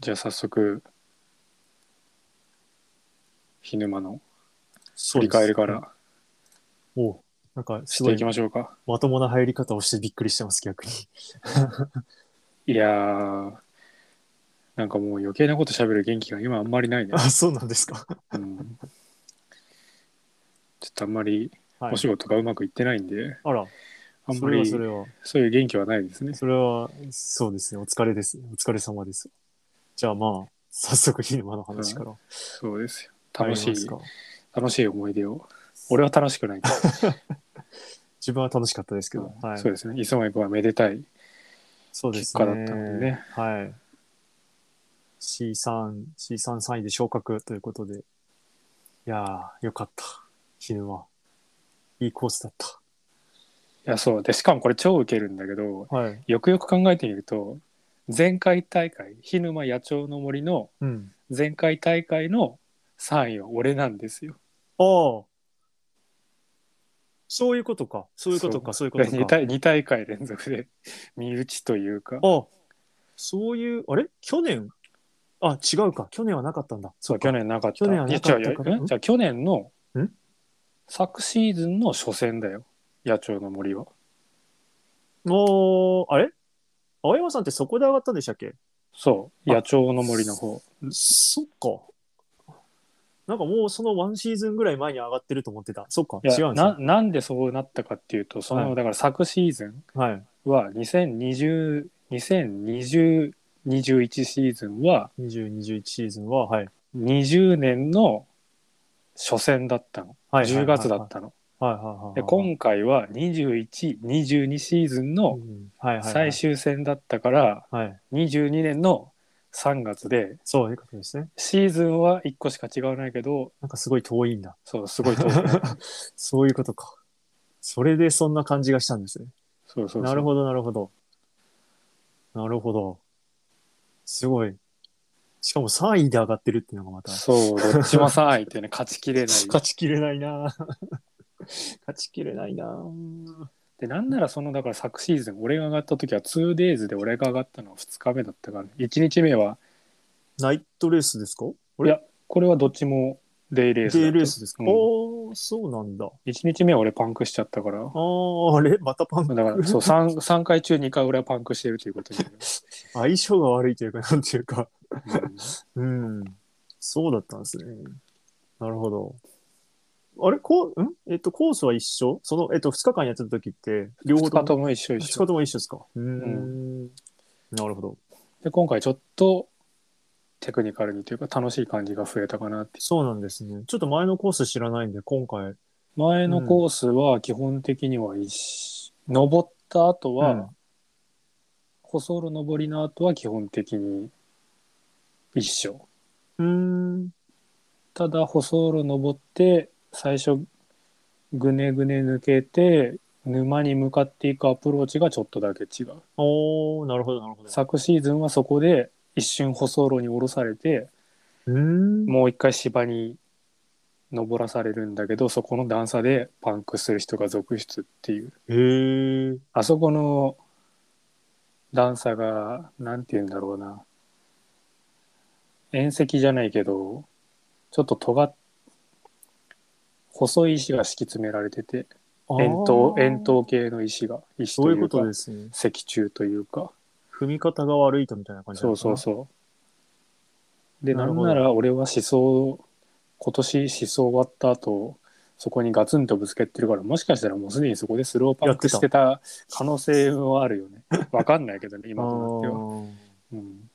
じゃあ早速、日沼の振振り返りからおうなんかすしごていいきましょうか。まともな入り方をしてびっくりしてます、逆に。いやー、なんかもう余計なこと喋る元気が今あんまりないねあ、。そうなんですか。うん、ちょっとあんまりはいお仕事がうまくいってないんで、あら、あんそまれりはそれは、そういう元気はないですね。それは、そうですね。お疲れです。お疲れ様です。じゃあまあ、早速、昼間の話から。そうですよ。楽し入りい、ますか楽しい思い出を。俺は楽しくないけど自分は楽しかったですけど。 はい。そうですね。磯貝君はめでたい。そうです結果だったのでね。はい。C3、C3、3位で昇格ということで。いやー、よかった。昼間。いいコースだった。いや、そう。で、しかもこれ超ウケるんだけど、はい。よくよく考えてみると前回大会日沼野鳥の森のうん。前回大会の3位は俺なんですよ。ああ。そういうことか。そういうことか。そういうこと2か。大 ,2 大会連続で 身内というかああ。そういう、あれ去年あ、違うか。去年はなかったんだ。そう去年なかった去年はなかったいや違うからよんじゃあ去年のん昨シーズンの初戦だよ野鳥の森は。もう、あれ青山さんってそこで上がったんでしたっけそうあ野鳥の森の方そっか。なんかもうそのワンシーズンぐらい前に上がってると思ってた。そっか、いや違うんですなよ。なんでそうなったかっていうとその、はいだから昨シーズンはい。は2020 2020 21シーズンは20、21シーズンは、はい。 20年の初戦だったのはい10月だっ。たのはいはいはいはい。で今回は2122シーズンのうんはいはいはい最。終戦だったからはい。 22年の3月でそういうことですね。シーズンは1個しか違わないけどなんかすごい遠いんだ。そうすごい遠 いそういうことか。それでそんな感じがしたんですね。そうそうそうなるほど、なるほど。なるほど。すごい。しかも3位で上がってるっていうのがまた。そうどっちも3位っていうね勝ちきれない勝ちきれないな勝ちきれないなでなんならそのだから昨シーズン俺が上がった時は 2days で俺が上がったのは2日目だったから1日目はナイトレースですかいやこれはどっちもデイレースだっデたイレースですか、うんおー、そうなんだ。 1日目は俺パンクしちゃったからあー、あれまたパンだからそう 3, 三回中2回俺はパンクしてるということになる、相性が悪いというか、なんていうか。うんうん。そうだったんですね。なるほど。あれこう、んえっと、コースは一緒その、えっと、2日間やってた時って、両2方日とも、とも一緒2一日緒とも一緒ですかうーん。なるほど。で今回ちょっとテクニカルにというか楽しい感じが増えたかなってそうなんですね。ちょっと前のコース知らないんで、今回。前のコースは基本的には一緒登った後は、うん舗装路登りの後は基本的に一緒うーん。ただ舗装路登って最初ぐねぐね抜けて沼に向かっていくアプローチがちょっとだけ違うおー、なるほど、なるほど。昨シーズンはそこで一瞬舗装路に下ろされてうーん。もう一回芝に登らされるんだけどそこの段差でパンクする人が続出っていうへー。あそこの段差が何て言うんだろうな縁石じゃないけどちょっと尖っ細い石が敷き詰められてて円筒円あー。筒形の石が石そうといいううこかとですね。石柱というか踏み方が悪いとみたいな感じなそのうかそうなそう。で、ななるんほどなら俺は思想、今年思想終わった後、そこにガツンとぶつけてるから、もしかしたらもうすでにそこでスローパンクやしっててた可能性はあるよね。 わかんないけどね、今となっては。うん。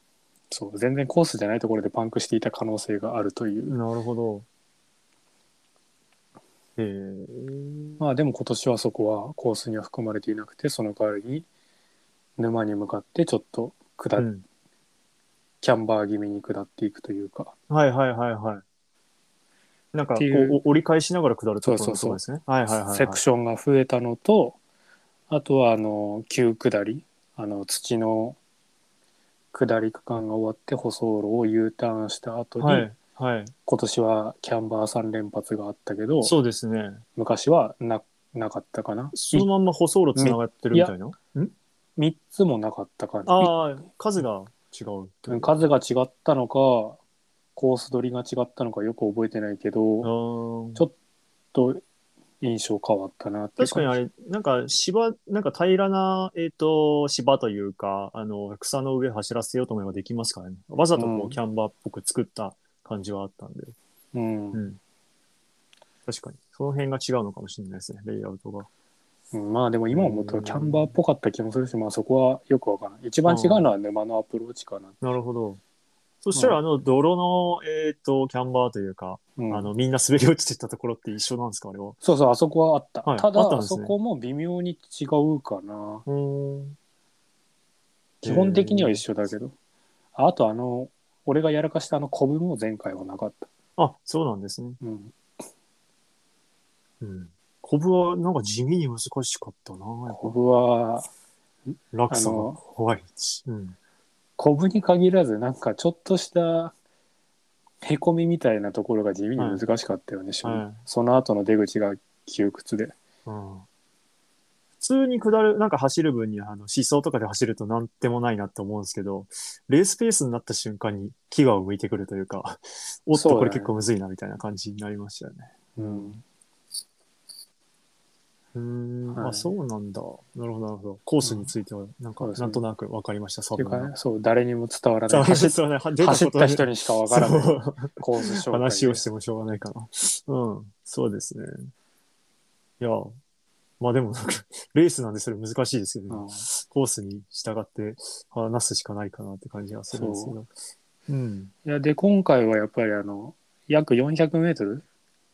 そう、全然コースじゃないところでパンクしていた可能性があるという。あーなるほど。へえ。まあでも今年はそこはコースには含まれていなくて、その代わりに沼に向かってちょっと下っ、うんキャンバー気味に下っていくというか。はいはいはいはい。なんかっこていううお折り返しながら下るところそうのそうそうとこですね。はいはいはいはい。セクションが増えたのとあとはあの急下りあの土の下り区間が終わって舗装路を U ターンした後に、はいはい。今年はキャンバー3連発があったけどそうですね。昔はななかったかなそのまんま舗装路つながってるみたいな。 3つもなかった感じああ、数が違う。うん数が違ったのかコース取りが違ったのかよく覚えてないけあどーちょっと印象変わったなっていう確かにあれ、なんか芝、なんか平らな、えっ、と、芝というか、あの、草の上走らせようと思えばできますからね。わざとこうんう、キャンバーっぽく作った感じはあったんで。うんう、ん。確かに。その辺が違うのかもしれないですね、レイアウトが。うんまあでも今思うとキャンバーっぽかった気もするしまあそこはよくわからない一番違うのは沼のアプローチかな、なるほど。そしたら、あの、泥の、えっ、と、キャンバーというか、うんあの、みんな滑り落ちてったところって一緒なんですか、あれは。そうそうあそこはあった、はいただあったんあですそねこも微妙に違うかなうん。基本的には一緒だけど、あとあの俺がやらかしたあのコブも前回はなかった、あ、そうなんですね。うん、うん。コブは、なんか地味に難しかったな、やっぱコブは落差あがの怖いし。うん。コブに限らずなんかちょっとしたへこみみたいなところが地味に難しかったよね、正直はいその後の出口が窮屈でうん。普通に下る、なんか走る分に、あの、思想とかで走るとなんでもないなって思うんですけど、レースペースになった瞬間に牙を向いてくるというか、おっそうと、だねこれ結構むずいなみたいな感じになりましたよね。うん、うーん、はいあ、そうなんだ。なるほど、なるほど。コースについては、なんか、そうですねなんとなくわかりました、サってブいうかねが。そう誰にも伝わらなそうい走走っっそうねは出た走っことなたい人にしかわからないそうコース紹介話をしてもしょうがないかな。うん、そうですね。いや、まあでもなんか、レースなんでそれ難しいですけど、うんコースに従って話すしかないかなって感じがするんですけど。うん。いやで今回はやっぱりあの約 400m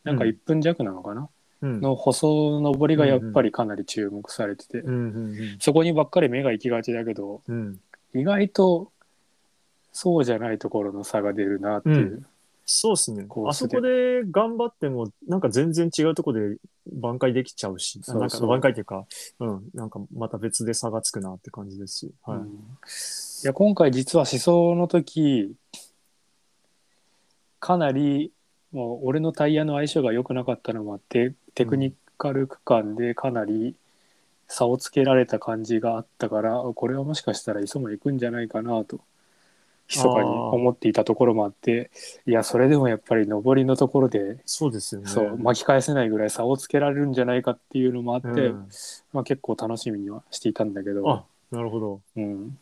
なんかうん1分弱なのかな、うん。の舗装上りがやっぱりかなり注目されてて、うん、うん、そこにばっかり目が行きがちだけどうん。うん。意外とそうじゃないところの差が出るなっていう、そうですねコ。ーあスそでこで頑張っても、なんか全然違うとこで挽回できちゃうし、そうそうなんか挽回というか、うん、なんかまた別で差がつくなって感じですし。はい。うんいや今回実は思想の時かなりもう俺のタイヤの相性が良くなかったのもあってテクニカル区間でかなり差をつけられた感じがあったからこれはもしかしたら磯も行くんじゃないかなと密かに思っていたところもあっていやそれでもやっぱり上りのところでそうですよね。そう巻き返せないぐらい差をつけられるんじゃないかっていうのもあって、うんまあ、結構楽しみにはしていたんだけあど、、なるほど。うん、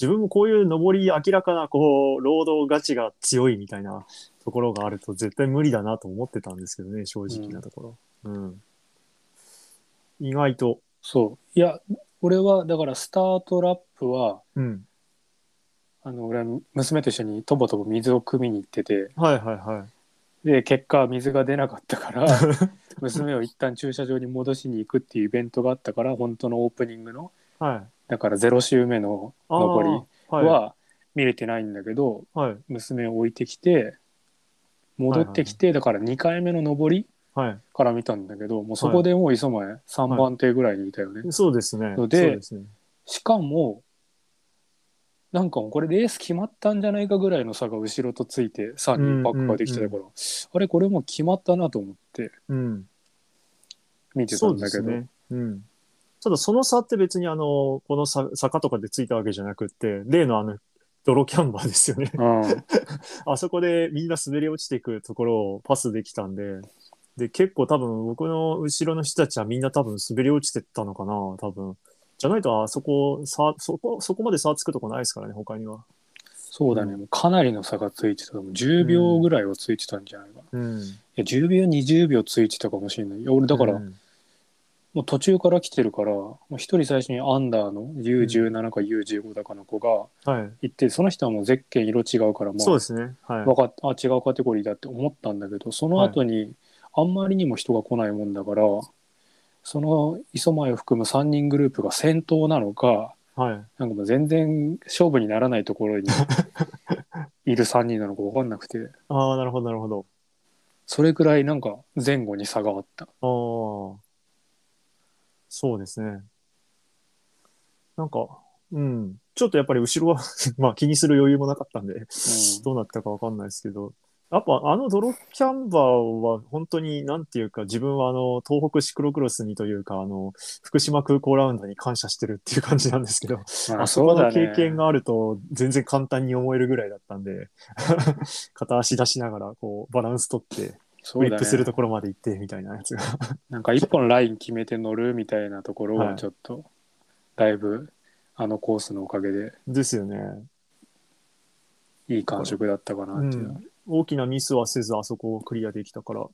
自分もこういう上り明らかなこう労働ガチが強いみたいなところがあると絶対無理だなと思ってたんですけどね正直なところ、うん意外と、そういや俺はだからスタートラップはうん、あの俺は娘と一緒にとぼとぼ水を汲みに行っててはいはいはで結果水が出なかったから 娘を一旦駐車場に戻しに行くっていうイベントがあったから本当のオープニングのいはいだから0周目のあー上りはいは見れてないんだけど、はい娘を置いてきて戻ってきて、だから2回目の上りはいから見たんだけどもうそこでもう磯前3番手ぐらいにいたよね、そうですねのでそうですねしかもなんかもうこれレース決まったんじゃないかぐらいの差が後ろとついて3う人んバックができてたから、あれこれもう決まったなと思ってうん見てたそんうでだけすど、ねうんただその差って別にあのこのさ坂とかでついたわけじゃなくって例のあの泥キャンバーですよねうん、あそこでみんな滑り落ちていくところをパスできたんで、で、結構多分僕の後ろの人たちはみんな多分滑り落ちてったのかな、多分。じゃないとあそこ、さそこ、そこまで差つくとこないですからね、他には。そうだね、うもうかなりの差がついてたもう10秒ぐらいはついてたんじゃないかな、いうん。や10秒20秒ついてたかもしれないいや俺だから、うんもう途中から来てるからもう一人最初にアンダーの U17 か U15 だかの子がはい。行ってその人はもうゼッケン色違うからそうもですね。はうい。わかっあ違うカテゴリーだって思ったんだけどその後にあんまりにも人が来ないもんだから、その磯前を含む3人グループが先頭なのかはい。なんかもう全然勝負にならないところ にいる3人なのか分かんなくてああ、なるほど、なるほど。それくらいなんか前後に差があった。ああ。そうですね。なんか、うん。 ちょっとやっぱり後ろは、まあ気にする余裕もなかったんで、うんどうなったかわかんないですけど、やっぱあのドロップキャンバーは本当になんていうか自分はあの東北シクロクロスにというかあの福島空港ラウンドに感謝してるっていう感じなんですけどまあそこの経験があると全然簡単に思えるぐらいだったんで 片足出しながらこうバランス取ってそフうリだッねプするところまで行ってみたいなやつが なんか一本ライン決めて乗るみたいなところははいちょっと、だいぶあのコースのおかげでですよねいい感触だったかなっていうのは、大きなミスはせずあそこをクリアできたから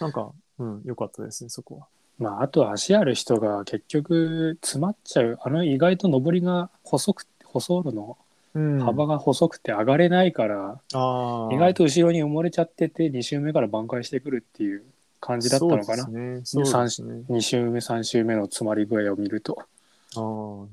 なんかうん良かったですねそこはまああとは足ある人が結局詰まっちゃうあの意外と上りが細く細るのうん幅が細くて上がれないから、あー意外と後ろに埋もれちゃってて2周目から挽回してくるっていう感じだったのかな、そうですねそうですね2周目3周目の詰まり具合を見るとあー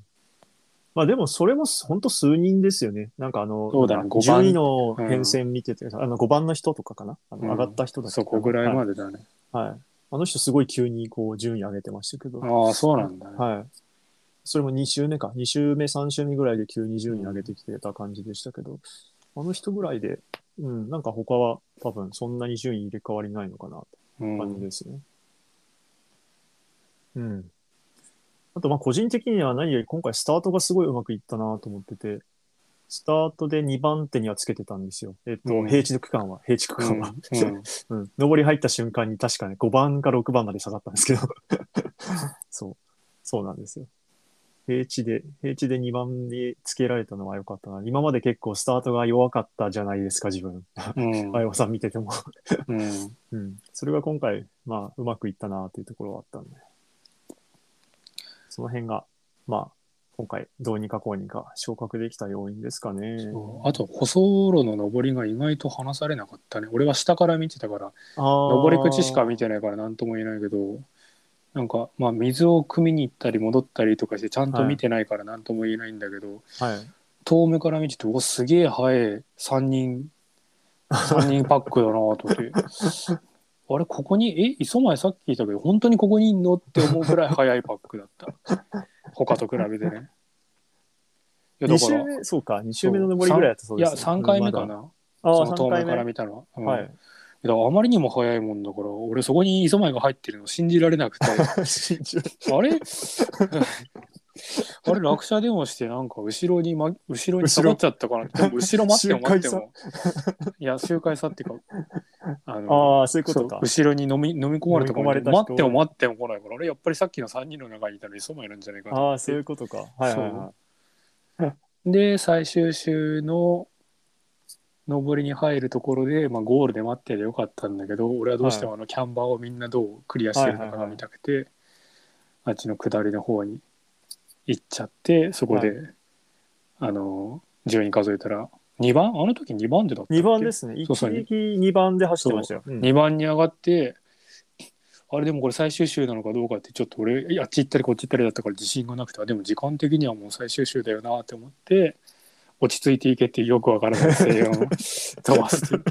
まあでもそれも本当数人ですよね。なんかあの、そうだねなんか五番10位の変遷見てて、あの5番の人とかかなあのうん上がった人だっけそこぐらいはまでだね、い。はいあの人すごい急にこう順位上げてましたけど、ああそうなんだね、はい。それも2周目か。2周目、3周目ぐらいで急に順位上げてきてた感じでしたけど、あの人ぐらいで、うん、なんか他は多分そんなに順位入れ替わりないのかなう感じん、ですね。うん。あと、まあ、個人的には何より今回スタートがすごいうまくいったなと思ってて、スタートで2番手にはつけてたんですよ。えっと、うん平地の区間は、平地区う間んは。うん うん。上り入った瞬間に確かね、5番か6番まで下がったんですけど。 そう。そうなんですよ。平地で、平地で2番につけられたのは良かったな。今まで結構スタートが弱かったじゃないですか、自分。うんあやさん見てても。うんうん、それが今回、まあ、うまくいったなというところはあったんで、その辺が、まあ、今回、どうにかこうにか昇格できた要因ですかね。そうあと舗装路の上りが意外と離されなかったね俺は下から見てたから上上り口しか見てないから何とも言えないけどなんかまあ水を汲みに行ったり戻ったりとかしてちゃんと見てないから何とも言えないんだけど、はい。遠目から見てておすげえ速い3人3人パックだなと思って あれここにえ磯前さっき聞いたけど本当にここにいんのって思うくらい速いパックだった他と比べてねいやだ2か周ら目、そうか、2周目の上りぐらいだったそういでやす、 3回目かまだ。な、あそあ、の遠3目回から目。見たのは、うん はい。だからあまりにも早いもんだから俺そこに磯前が入ってるの信じられなく て信じられあれ あれ落車でもしてなんか後ろに、ま、後ろに下がっちゃったかなでも後ろ待っても待ってもいや周回差っていうかあのああ、そういうこそとうか。後ろに飲み飲み込まれたか飲みら込まれた人待っても待っても来ないからあれやっぱりさっきの3人の中にいたら磯前なんじゃないかなああ、そういうことか。はいはいはい。で最終週の上りに入るところで、まあ、ゴールで待っててよかったんだけど俺はどうしてもあのキャンバーをみんなどうクリアしてるのかが見たくて、あっちの下りの方に行っちゃってそこで、あの順位数えたら2番あの時2番手だったっけ2番ですね。一そうそう撃2番で走ってましたよ。うん2番に上がってあれでもこれ最終週なのかどうかってちょっと俺いやあっち行ったりこっち行ったりだったから自信がなくてあでも時間的にはもう最終週だよなって思って落ち着いていけっていうよくわからない声 援を飛ばすという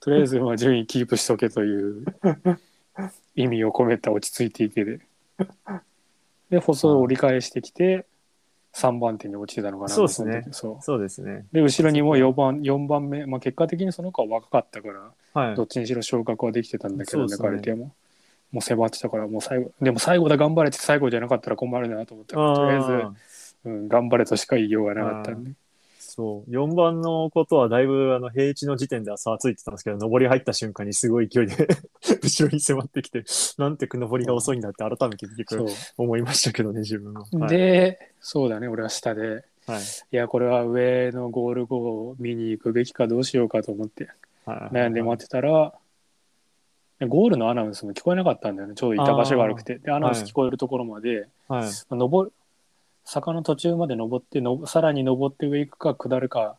とりあえずまあ順位キープしとけという意味を込めた落ち着いていけでで細い折り返してきて3番手に落ちてたのかなそうですねの時そうそうですね。で後ろにも4番四番目、まあ、結果的にその子は若かったから、はいど。っちにしろ昇格はできてたんだけど、そうです抜ねかれてももう迫ってたからもう最後でも最後だ頑張れって最後じゃなかったら困るなと思ったからとりあえずああ、うん、頑張れとしか言いようがなかったんでそう、4番のことはだいぶあの平地の時点では差はついてたんですけど、上り入った瞬間にすごい勢いで 後ろに迫ってきて、なんて上りが遅いんだって改めて結そう局思いましたけどね、自分は。はい、でそうだね俺は下ではい、いやこれは上のゴール後を見に行くべきかどうしようかと思ってはい悩んで待ってたら、ゴールのアナウンスも聞こえなかったんだよねちょうどいた場所が悪くてでアナウンス聞こえるところまで、はい。まあ登る坂の途中まで登ってのさらに登って上行くか下るか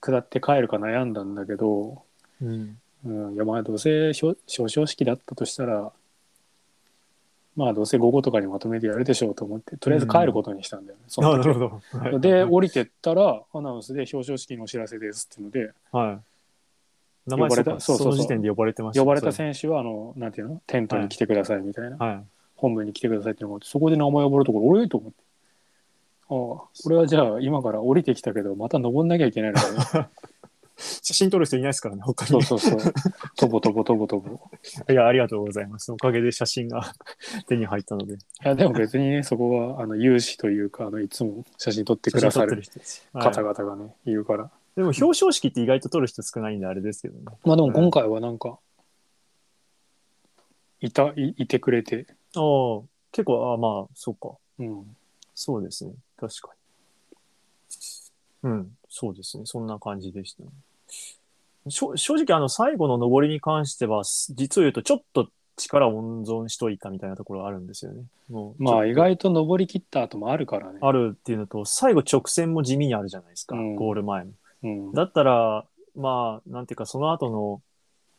下って帰るか悩んだんだけど、うん。うん、いやまあどうせ表表彰式だったとしたらまあどうせ午後とかにまとめてやるでしょうと思ってとりあえず帰ることにしたんだよね、そあのな時るほど。はいで、降りてったらアナウンスで表彰式のお知らせですっていうのではい。名呼ば前それうたかそうそうそそうの時点で呼ばれてました。呼ばれた選手はあのなんていうのテントに来てくださいみたいな、はい。本部に来てくださいっていうのがあってそこで名前呼ばれるところ俺と思ってこれはじゃあ今から降りてきたけどまた登んなきゃいけないの かな写真撮る人いないですからね、他そにう。そうそうとぼとぼとぼとぼいや、ありがとうございます。おかげで写真が 手に入ったので。いやでも別にねそこはあの有志というかあのいつも写真撮ってく写真ださ撮ってるる人たち。はい方々がね、い、るからでも表彰式って意外と撮る人少ないんであれですけどね。まあでも今回はなんか、いたいいてくれてああ、結構、ああ、まあ、そうか。うんそうですね。確かに。うん、そうですね。そんな感じでした、ね。しょ正直、あの、最後の登りに関しては、す実を言うと、ちょっと力を温存しといたみたいなところはあるんですよね。もうまあちょ意外と登り切った後もあるからねあるっていうのと、最後直線も地味にあるじゃないですか、うんゴール前も。うんだったら、まあ、なんていうか、その後の、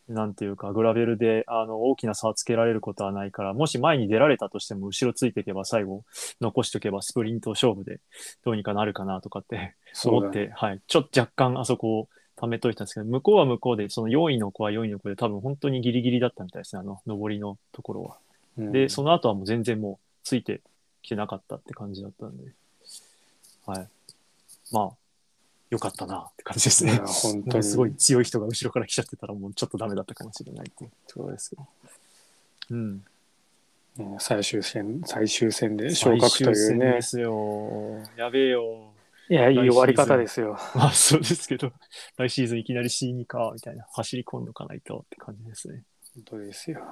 なんていうか、グラベルで、あの、大きな差をつけられることはないから、もし前に出られたとしても、後ろついていけば、最後、残しておけば、スプリント勝負で、どうにかなるかなとかってそう思だっねて、はい。ちょっと若干、あそこを溜めといたんですけど、向こうは向こうで、その4位の子は4位の子で、多分本当にギリギリだったみたいですね、あの、上りのところは。うんで、その後はもう全然もうついてきてなかったって感じだったんで、はい。まあ、よかったなって感じですいねや。本なん当かに すごい強い人が後ろから来ちゃってたらもうちょっとダメだったかもしれないっていうところですけど。うん。ね最終戦最終戦で昇格と最終いう戦ねですよ。やべえよ。いやいい来シーズン終わり方ですよまあそうですけど、 来シーズンいきなり C2 か、みたいな。走り込んどかないとって感じですね。本当ですよ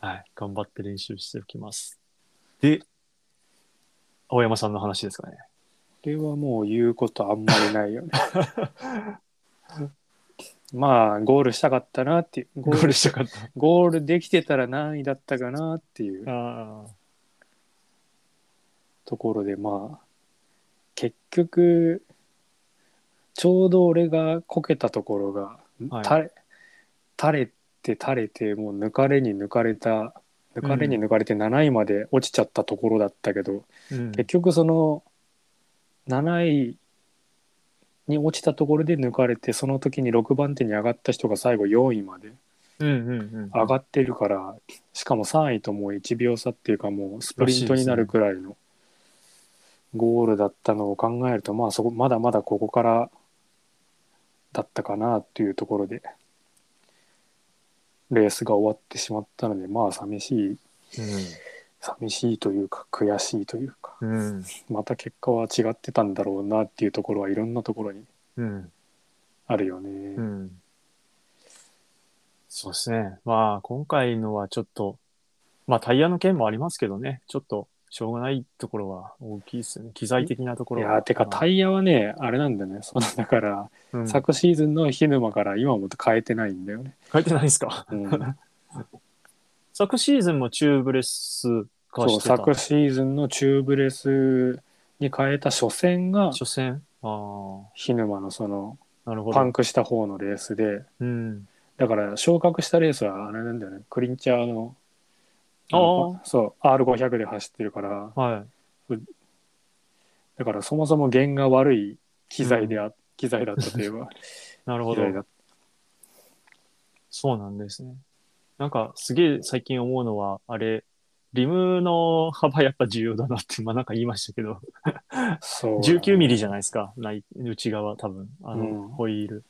はい、頑張って練習しておきます。で、青山さんの話ですかね。これはもう言うことあんまりない よねまあゴールしたかったなっていうゴゴーー ルルしたかった。ゴールできてたら何位だったかなっていうあところでまあ結局ちょうど俺がこけたところが、はい垂れ垂れて垂れてもう抜かれに抜かれた抜かれに抜かれて7位まで落ちちゃったところだったけど、あ、うん結局その7位に落ちたところで抜かれてその時に6番手に上がった人が最後4位までうんうんうん。上がってるからしかも3位ともう1秒差っていうかもうスプリントになるくらいのゴールだったのを考えるとまあそこまだまだここからだったかなっていうところでレースが終わってしまったのでまあ寂しい寂しいというか悔しいというかうん。うん。また結果は違ってたんだろうなっていうところはいろんなところにうん。あるよね。うん。そうですね。まあ、今回のはちょっと、まあ、タイヤの件もありますけどね、ちょっと、しょうがないところは大きいですよね。機材的なとこいろは。やーてかタイヤはねあれなんだよねそのだから、うん昨シーズンの火沼から今も変えてないんだよね。書いてないですか。うん、 昨シーズンもチューブレス化そうしてた。昨シーズンのチューブレスに変えた初戦が初戦。あ火沼のそのあ、なるほど。パンクした方のレースでうん。だから昇格したレースはあれなんだよねクリンチャーのあーのそう R500 で走ってるからはだからそもそも弦が悪い機材であ、機材だったといえば い。なるほ機ど材。だっそうなんですね。なんか、すげえ最近思うのは、あれ、リムの幅やっぱ重要だなって、まあなんか言いましたけど、たそう19ミリじゃないですか、ない内側多分、あの、うんホイール。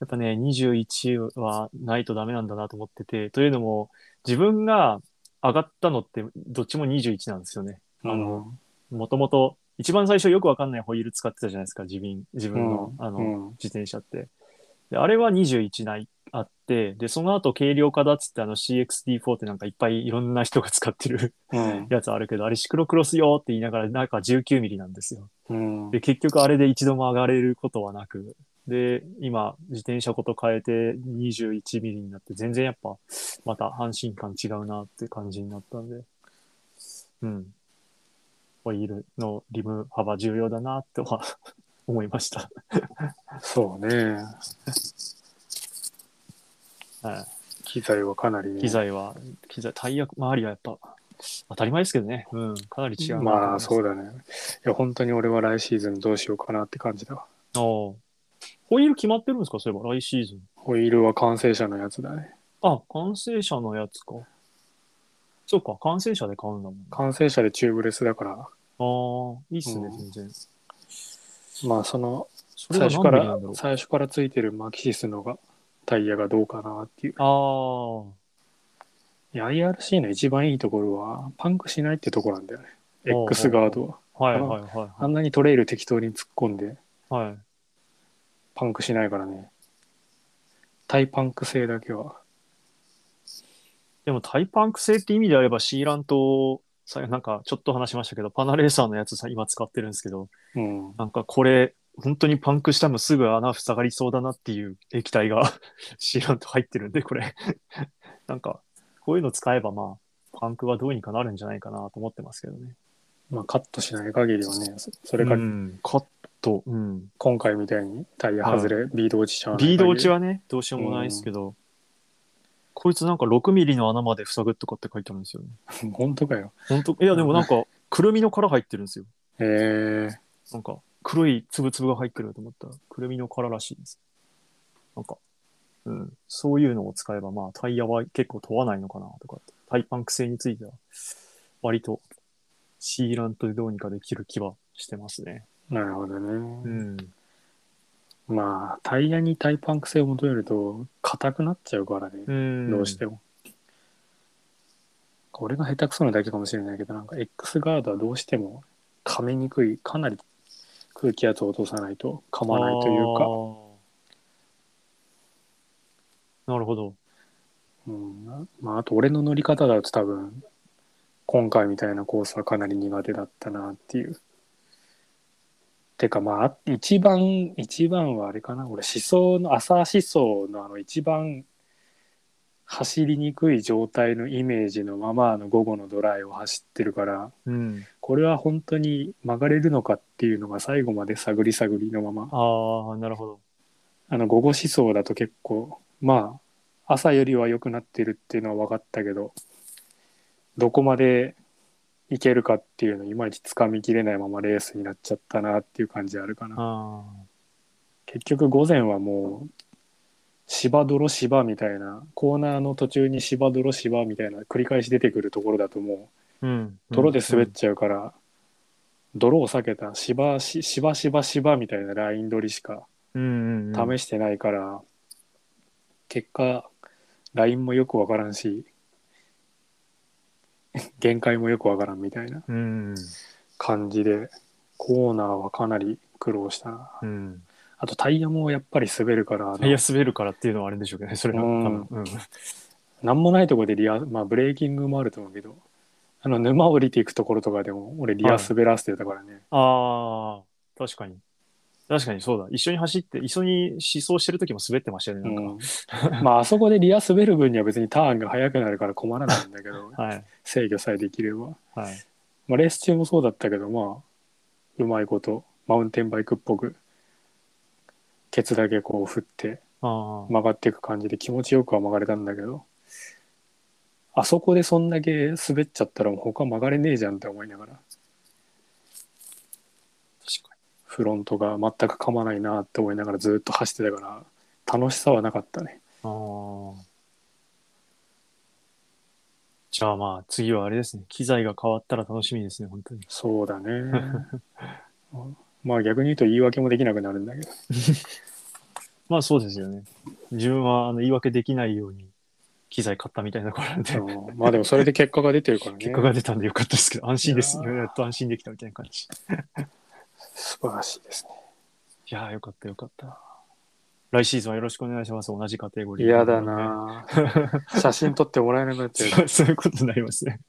やっぱね、21はないとダメなんだなと思ってて、というのも、自分が上がったのって、どっちも21なんですよね。ああの、のもともと、一番最初よくわかんないホイール使ってたじゃないですか、自分、自分の、あの、うん自転車って。で、あれは21台あって、で、その後軽量化だっつって、あの CXD4 ってなんかいっぱいいろんな人が使ってるうんやつあるけど、あれシクロクロス用って言いながら、なんか19ミリなんですよ。うんで、結局あれで一度も上がれることはなく、で、今、自転車ごと変えて21ミリになって、全然やっぱ、また安心感違うなって感じになったんで、うん。ホイールのリム幅重要だなとは 思いました。そうねはい。機材はかなり、ね、機材は、機材、タイヤ周りはやっぱ、当たり前ですけどね。うん、かなり違うなと思いまあそううだねいや本当に俺は来シーズンどうしようかなって感じだわだ。おうホイール決まってるんですかそういえば、来シーズン。ホイールは完成車のやつだねあ、完成車のやつか。そうか、完成車で買うんだもん。あ完成車でチューブレスだからあー、いいっすねう、ん全然。まあそのそれが最初か何ミリらなんだろう。最初からついてるマキシスのがタイヤがどうかなっていうああ。いや IRC の一番いいところはパンクしないってとこなんだよねおうおう X ガードははいはいはあんなにトレイル適当に突っ込んでい。はい。パンクしないからねタイパンク性だけはでもタイパンク製って意味であればシーランと、さなんかちょっと話しましたけど、パナレーサーのやつさ今使ってるんですけど、うんなんかこれ、本当にパンクしたのすぐ穴塞がりそうだなっていう液体が シーランと入ってるんで、これ。なんか、こういうの使えばまあ、パンクはどうにかなるんじゃないかなと思ってますけどね。ままあカットしない限りはねそそこれがカット。うん。今回みたいにタイヤ外れビード落ちちゃうビード落ちははね、どうしようもないですけど、こいつなんか6ミリの穴まで塞ぐとかって書いてあるんですよね。本当かよ本当いや、でもなんか、くるみの殻入ってるんですよ。へえなんか、黒いつぶつぶが入ってると思ったら、くるみの殻らしいです。なんか、うん、そういうのを使えば、まあ、タイヤは結構問わないのかなとかって、タイパンク性については、割と、シーラントでどうにかできる気はしてますね。なるほどねうん。まあタイヤにタイパンク性を求めると硬くなっちゃうからね、うん。どうしてもこれが下手くそなだけかもしれないけどなんか X ガードはどうしても噛めにくいかなり空気圧を落とさないと噛まないというあか、ー。なるほど。うんまあ、あと俺の乗り方だと多分今回みたいなコースはかなり苦手だったなっていうてかまあ一番一番はあれかな俺思想の朝思想のあの一番走りにくい状態のイメージのままあの午後のドライを走ってるからうん。これは本当に曲がれるのかっていうのが最後まで探り探りのままああ、なるほど。あの午後思想だと結構まあ朝よりは良くなってるっていうのは分かったけどどこまでいけるかっていうのいまいちつかみきれないままレースになっちゃったなっていう感じあるかなあ結局午前はもう芝泥芝みたいなコーナーの途中に芝泥芝みたいな繰り返し出てくるところだともあ。うん。う泥で滑っちゃうから、泥を避けた芝し芝芝芝みたいなライン取りしかうんうんうん。試してないから、結果 LINE もよくわからんし限界もよくわからんみたいなうん。感じでコーナーはかなり苦労したなうん。あとタイヤもやっぱり滑るからあのタイヤ滑るからっていうのはあれでしょうけどね、それは。うん多分うん。なんもないとこでリア、まあ、ブレーキングもあると思うけどあの沼降りていくところとかでも俺リア滑らせてたからね、ああ、確かに。確かにそうだ。一緒に走って、一緒に思想してる時も滑ってましたよね、なんか。うんまああそこでリア滑る分には別にターンが速くなるから困らないんだけど はい。制御さえできればはい。まあ、レース中もそうだったけどまあうまいことマウンテンバイクっぽくケツだけこう振ってああ。曲がっていく感じで気持ちよくは曲がれたんだけどあそこでそんだけ滑っちゃったらもう他曲がれねえじゃんって思いながら確かフロントが全く噛まないなって思いながらずっと走ってたから楽しさはなかったねに。ああ。じゃあまあ、次はあれですね。機材が変わったら楽しみですね、本当に。そうだね まあ逆に言うと言い訳もできなくなるんだけどまあそうですよね。自分はあの言い訳できないように機材買ったみたいなところなんで、うんまあでもそれで結果が出てるからね 結果が出たんでよかったですけど、安心です。いやーやっと安心できたみたいな感じ。素晴らしいですねいやー、よかったよかった。来シーズンはよろしくお願いします。同じカテゴリー。嫌だ なぁ写真撮ってもらえなくなっちゃう。いそう。そういうことになります ね。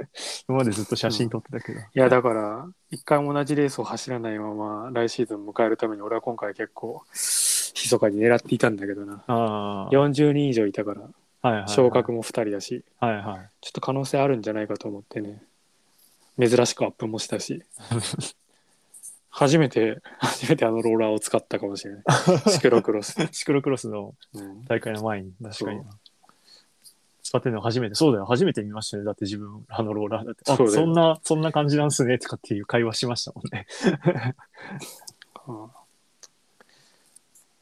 今までずっと写真撮ってたけど。やだから一回も同じレースを走らないまま来シーズン迎えるために俺は今回結構密かに狙っていたんだけどなあ40人以上いたからあ、はいはい、はい。昇格も2人だしはいはい。ちょっと可能性あるんじゃないかと思ってね珍しくアップもした し初めて初めてあのローラーを使ったかもしれないシクロクロ ス、シクロクロスのうん大会の前に、確かにそう。使ってるの初めて、そうだよ、初めて見ましたね。だって自分、あのローラーだって。あ、そうだよそんな、そんな感じなんすね、とかっていう会話しましたもんね。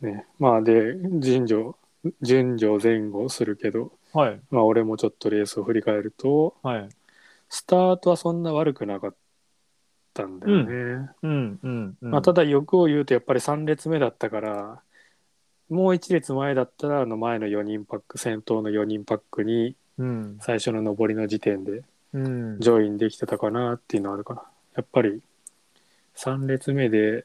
ね、まあで順序順序前後するけどはい、まあ、俺もちょっとレースを振り返るとはい。スタートはそんな悪くなかっったんだよね。うんうんうん。まあ、ただ欲を言うとやっぱり3列目だったからもう1列前だったらあの前の4人パック先頭の4人パックにうん。最初の上りの時点でうん。ジョインできてたかなっていうのはあるかなやっぱり3列目で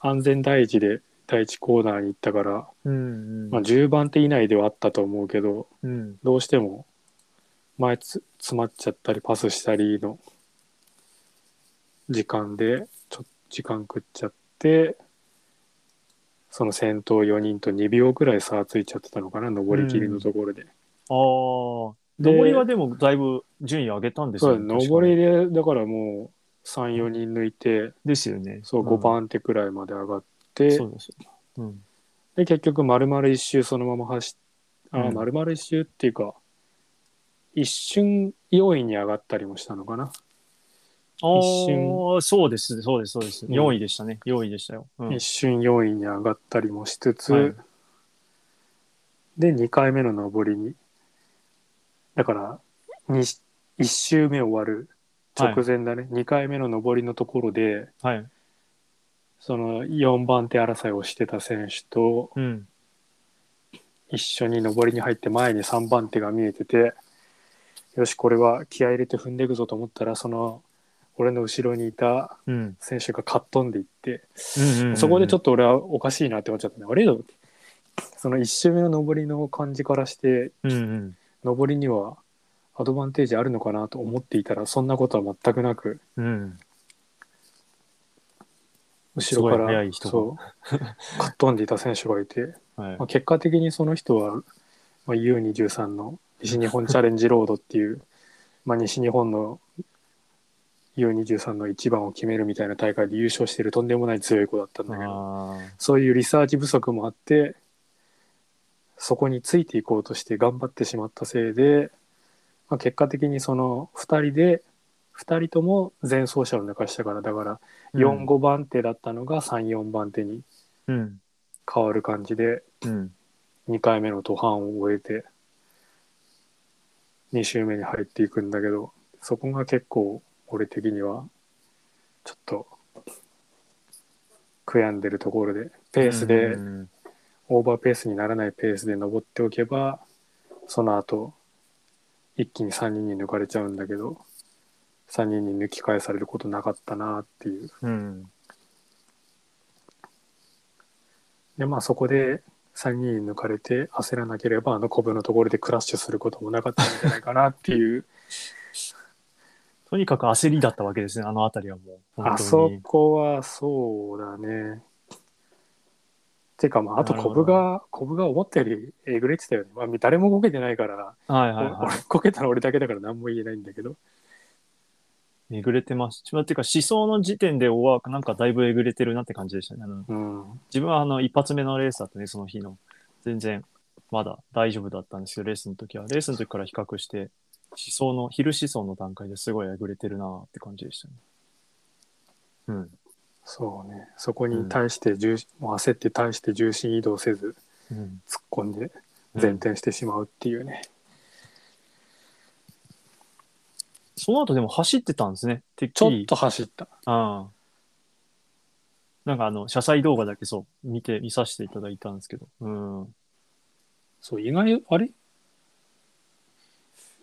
安全第一で第一コーナーに行ったから、うん。まあ、10番手以内ではあったと思うけどうん。どうしても前つ詰まっちゃったりパスしたりの時間でちょ時間食っちゃってその先頭4人と2秒くらい差ついちゃってたのかな上り切りのところで。ああ。で上りはでもだいぶ順位上げたんですそうよだね。ね上りでだからもう34人抜いてですよね。そう5番手くらいまで上がって、そうです。うん。で結局丸々一周そのまま走っあ、うん丸々一周っていうか一瞬4位に上がったりもしたのかな。ああ、そうです、そうです、そうです。うん4位でしたね。4位でしたよ。うん一瞬4位に上がったりもしつつ、はいで2回目の上りにだから1周目終わる直前だね、2回目の上りのところではい。その4番手争いをしてた選手とうん。一緒に上りに入って前に3番手が見えててよしこれは気合い入れて踏んでいくぞと思ったらその俺の後ろにいたうん。選手がかっ飛んでいってうんそこでちょっっと俺はおかしいなって思っちゃったね。あれだその1周目の上りの感じからして、と。うんうん。上りにはアドバンテージあるのかなと思っていたら、そんなことは全くなく、うん。後ろすかごい速らい、人がそう、かっ飛んでいた選手がいて、はいまあ、。結果的にその人は、まあ、U23 の西日本チャレンジロードっていう、まあ、西日本の U23 の一番を決めるみたいな大会で優勝してるとんでもない強い子だったんだけど、ああ。そういうリサーチ不足もあって、そこについていこうとして頑張ってしまったせいで、まあ、結果的にその2人で、2人とも前走者を抜かしたから、だから4、5番手だったのが3、4番手にうん。変わる感じで、うん。 2回目の途半を終えて、2周目に入っていくんだけど、そこが結構俺的には、ちょっと、悔やんでるところで、ペースで、うんオーバーペースにならないペースで登っておけばその後一気に3人に抜かれちゃうんだけど3人に抜き返されることなかったなっていううん。でまあそこで3人に抜かれて焦らなければあのコブのところでクラッシュすることもなかったんじゃないかなっていうとにかく焦りだったわけですね、あの辺りはもう。あ 本そ当にこはそうだねてかまああとコブながコブが思ったよりえぐれてたよね、まあ、誰もこけてないから、はいはいは 俺こけたの俺だけだから何も言えないんだけどい。えぐれてます。まあてか思想の時点でおわなんかだいぶえぐれてるなって感じでしたね。あのうん自分はあの一発目のレースだったね、その日の。全然まだ大丈夫だったんですけど、レースの時は。レースの時から比較して、思想の、昼思想の段階ですごいえぐれてるなって感じでしたね。うん。そうねそこに対して重、もう焦って対して重心移動せずうん、突っ込んで前転してしまうっていうね、その後でも走ってたんですね。てっちきょっりと走ったああ。なんかあの、車載動画だけそう、見て、見させていただいたんですけど。うん。そう意外あれ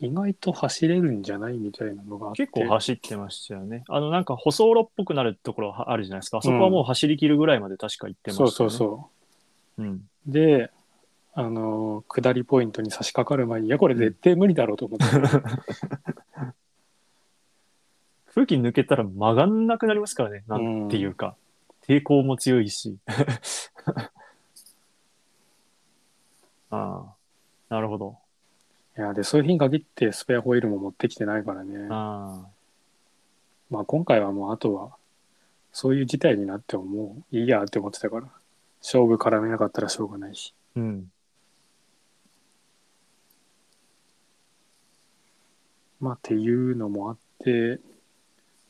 意外と走れるんじゃないみたいなのがあって結構走ってましたよね。あの、なんか舗装路っぽくなるところはあるじゃないですか。そこはもう走り切るぐらいまで確か行ってましたそようね。そうう。そうん。うであのー下りポイントに差し掛かる前にいやこれ絶対無理だろうと思 って、空気抜けたら曲がんなくなりますからね。なんていうか。抵抗も強いし。 ああ。なるほど。いやでそういう日に限ってスペアホイールも持ってきてないからねあまあ今回はもうあとはそういう事態になってももういいやって思ってたから勝負絡めなかったらしょうがないしあ。うん。まあっていうのもあって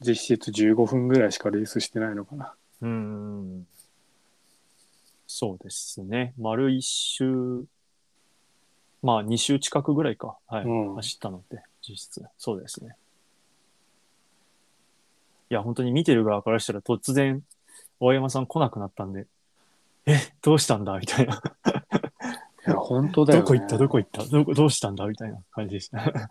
実質15分ぐらいしかレースしてないのかなうん。そうですね。丸一周、まあ二周近くぐらいか。はい。うん走ったのって、実質。そうですね。いや、本当に見てる側からしたら突然、大山さん来なくなったんで、え、どうしたんだみたいな。いや、本当だよ、どね。こ行ったどこ行ったどこどうしたんだみたいな感じでした。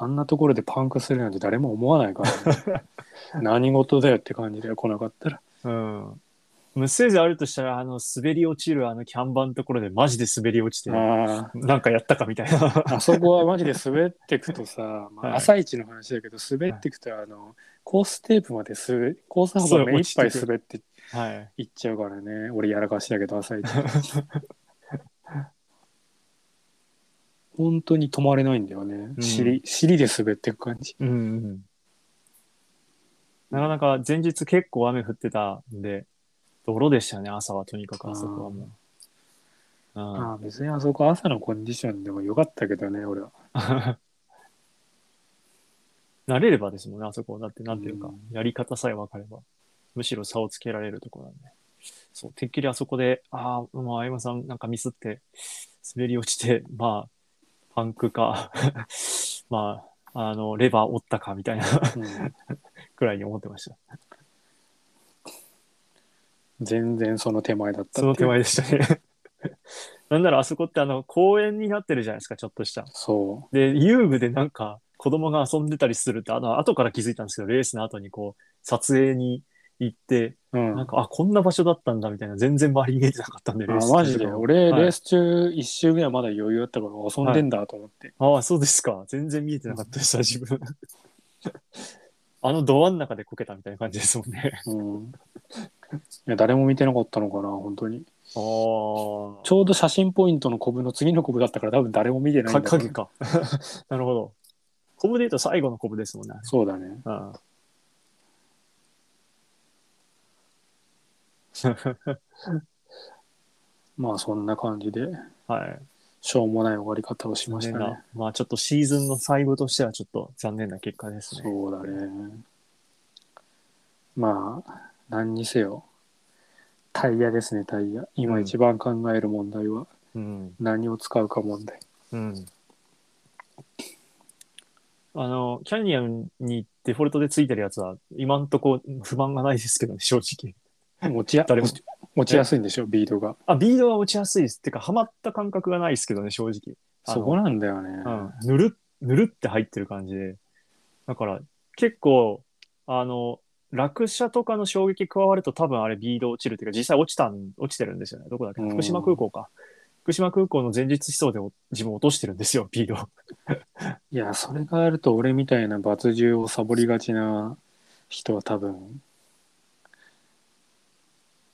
あんなところでパンクするなんて誰も思わないから、ね、 何事だよって感じで来なかったら。うん。無せであるとしたら、あの、滑り落ちるあのキャンバンのところでマジで滑り落ちて、あなんかやったかみたいな。あ、あそこはマジで滑ってくと さ、まはいあ、朝一の話だけど、滑ってくと、あの、コーステープまで滑、コースそう幅目いっぱい落ちてく滑ってはい。いっちゃうからね。俺やらかしだけど、朝 一。本当に止まれないんだよね。うん尻、尻で滑ってく感じ。うんうん。なかなか前日結構雨降ってたんで、泥でしたね、朝はとにかく、あそこはもう。うんああ、別にあそこ朝のコンディションでもよかったけどね、俺は。慣れればですもんね、あそこ。だって、なんていうか、うやり方さえ分かれば、むしろ差をつけられるところなんで。そう、てっきりあそこで、ああ、まあ、相馬さんなんかミスって、滑り落ちて、 まあ、パンクか、 まあ、あの、レバー折ったか、みたいな うんくらいに思ってました。全然その手前だったっていうその手前でしたね。なんならあそこってあの公園になってるじゃないですか、ちょっとした。そで、遊具でなんか子供が遊んでたりするって、あの、後から気づいたんですけど、レースの後にこう、撮影に行って、う。うん。なんあか、あ、こんな場所だったんだみたいな、全然周り見えてなかったんで、レースマジで。中とか俺、はいレース中1周目はまだ余裕あったから遊んでんだと思って。ああ、そうですか。全然見えてなかったです、自分。あのドアの中でこけたみたいな感じですもんね。うん。いや、誰も見てなかったのかな、本当に。あちょうど写真ポイントのコブの次のコブだったから多分誰も見てないんあ、だろう影か。 なるほど。コブで言うと最後のコブですもんね。そうだね。うんまあ、そんな感じで、はい。しょうもない終わり方をし残まし念たねな。。まあちょっとシーズンの最後としてはちょっと残念な結果ですね。そうだね。まあ、何にせよ。タイヤですね、タイヤ。う今ん一番考える問題はうん。何を使うか問題。うん。あの、キャニオンにデフォルトでついてるやつは、今んとこ不満がないですけどね、正直。持ちや誰も持ち持ちやすいんでしょ、ビードが。あ、ビードは落ちやすいです。ってか、はまった感覚がないですけどね、正直。あのそこなんだよね。うん、ぬるっぬるって入ってる感じでだから結構あの落車とかの衝撃加わると多分あれビード落ちるっていうか実際落ちたん落ちてるんですよねどこだっけうん福島空港か福島空港の前日思想で自分落としてるんですよビード いや、それがあると俺みたいな罰銃をサボりがちな人は多分、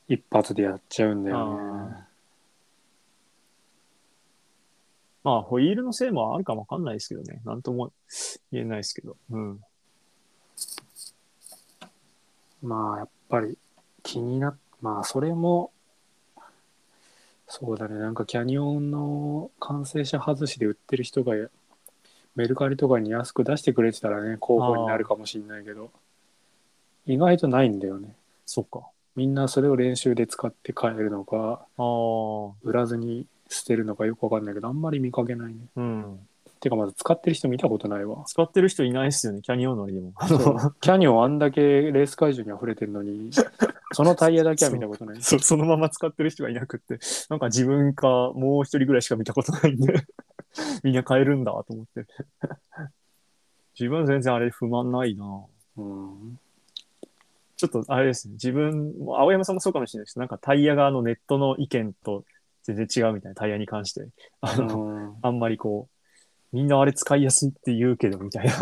一発でやっちゃうんだよね。まあホイールのせいもあるかもわかんないですけどねなんとも言えないですけどうんまあ、やっぱり気になっ、まあ、それも、そうだね、なんかキャニオンの完成車外しで売ってる人が、メルカリとかに安く出してくれてたらね、候補になるかもしれないけど、意外とないんだよね。そっかみんなそれを練習で使って帰るのか、ああ売らずに捨てるのかよくわかんないけど、あんまり見かけないね。うん。てかまだ使ってる人見たことないわ使ってる人いないですよねキャニオン乗りでも そうキャニオンあんだけレース会場に溢れてるの に、そのタイヤだけは見たことない。そそのまま使ってる人がいなくって、なんか自分かもう一人ぐらいしか見たことないんで、 みんな買えるんだと思って。自分全然あれ不満ないなうん。ちょっとあれですね、自分、青山さんもそうかもしれないですけど、なんかタイヤがあのネットの意見と全然違うみたいなタイヤに関して、あうの、んあんまりこう、みんなあれ使いやすいって言うけどみたいな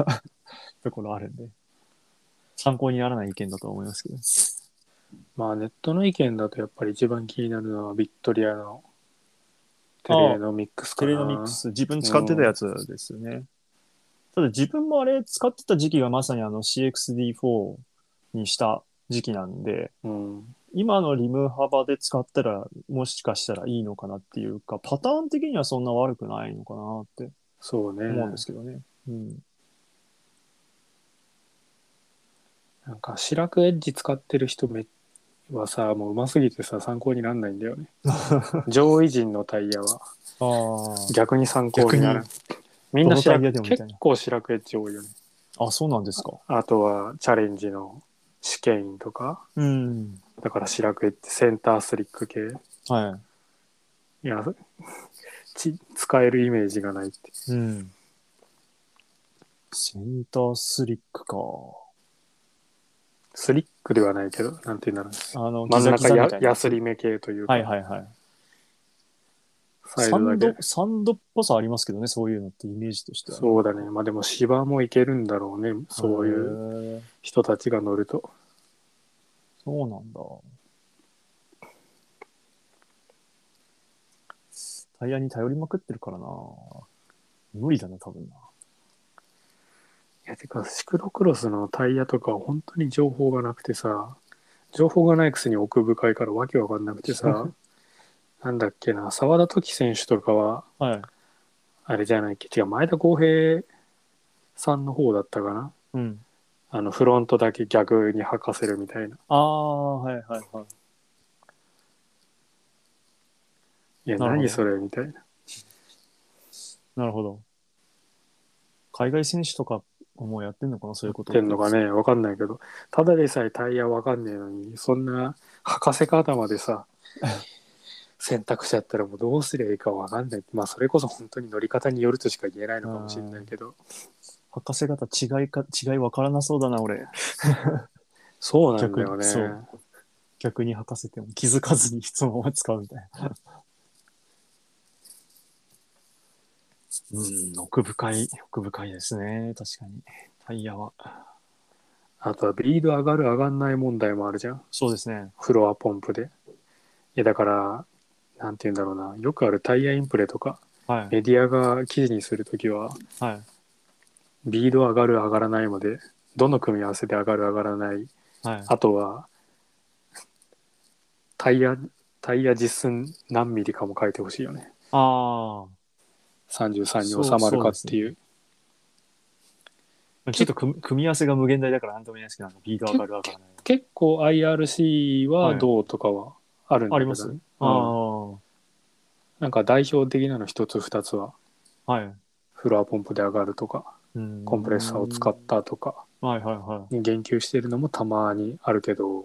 ところあるんで、参考にならない意見だと思いますけど。まあネットの意見だとやっぱり一番気になるのはビットリアのテレノミックスかテな。レノミクス、自分使ってたやつですよね。ただ自分もあれ使ってた時期がまさにあの CXD4 にした時期なんで、うん。今のリム幅で使ったらもしかしたらいいのかなっていうか、パターン的にはそんな悪くないのかなってそうね。思うんですけどね。うん。なんかシラクエッジ使ってる人めはさ、もう上手すぎてさ、参考にならないんだよ ね。上位陣のタイヤは。ああ。逆に参考になる逆。みんな知らどのタイヤでもみたいな結構白くエッジ多いよね。あ、そうなんですか。あとはチャレンジの試験員とか、うん。だから白くってセンタースリック系。はいや、ち使えるイメージがないって。い。うん。センタースリックか。スリックではないけど、なんて言うんだろう。あの、真んギ中ザギザやみたいなやすり目系というか、はいはいはい。サイサドンだけド、。サンドっぽさありますけどね、そういうのってイメージとしては。そうだね。まあでも芝もいけるんだろうね。そういうう。人たちが乗ると。そうなんだ。タイヤに頼りまくってるからな。無理だな、多分な。いや、てか、シクロクロスのタイヤとかは本当に情報がなくてさ、情報がないくせに奥深いからわけわかんなくてさ、 なんだっけな、沢田時選手とかは、はい。あれじゃないっけ、違う、前田浩平さんの方だったかな。うん。あの、フロントだけ逆に履かせるみたいな。ああ、はいはいはい。いや、なるほど何それみたいな。なるほど。海外選手とかもうやってんのかな、そういうこと。てんのか。ね、わかんないけど、ただでさえタイヤわかんねえのに、そんな履かせ方まで さ、選択肢あったらもうどうすりゃいいかわかんない。まあ、それこそ本当に乗り方によるとしか言えないのかもしれないけど、博士方違いか、違い分からなそうだな、俺。そうなんだよ逆ねに。そう逆に博士っても気づかずにそのまま使うみたいな。うん、奥深い、奥深いですね。確かに。タイヤは。あとはブリード上がる上がんない問題もあるじゃん。そうですね。フロアポンプで。いや、だから、なんて言うんだろうな、よくあるタイヤインプレとか、はい。メディアが記事にするときは、はビード上がる上がらないまで、どの組み合わせで上がる上がらない、い。はい。あとは、タイヤ、タイヤ実寸何ミリかも書いてほしいよね。あ33に収まるかっていう。あ。ちょっと組組み合わせが無限大だからなんとも言えないですけど、なんかビード上がる上がらない。結構 IRC ははいどうとかはあるんだけど、ねありますあうんあ。はなんか代表的なの一つ二つは、い。フロアポンプで上がるとか、うんコンプレッサーを使っ。たとかはいはいはに言及してるのもたまにあるけど、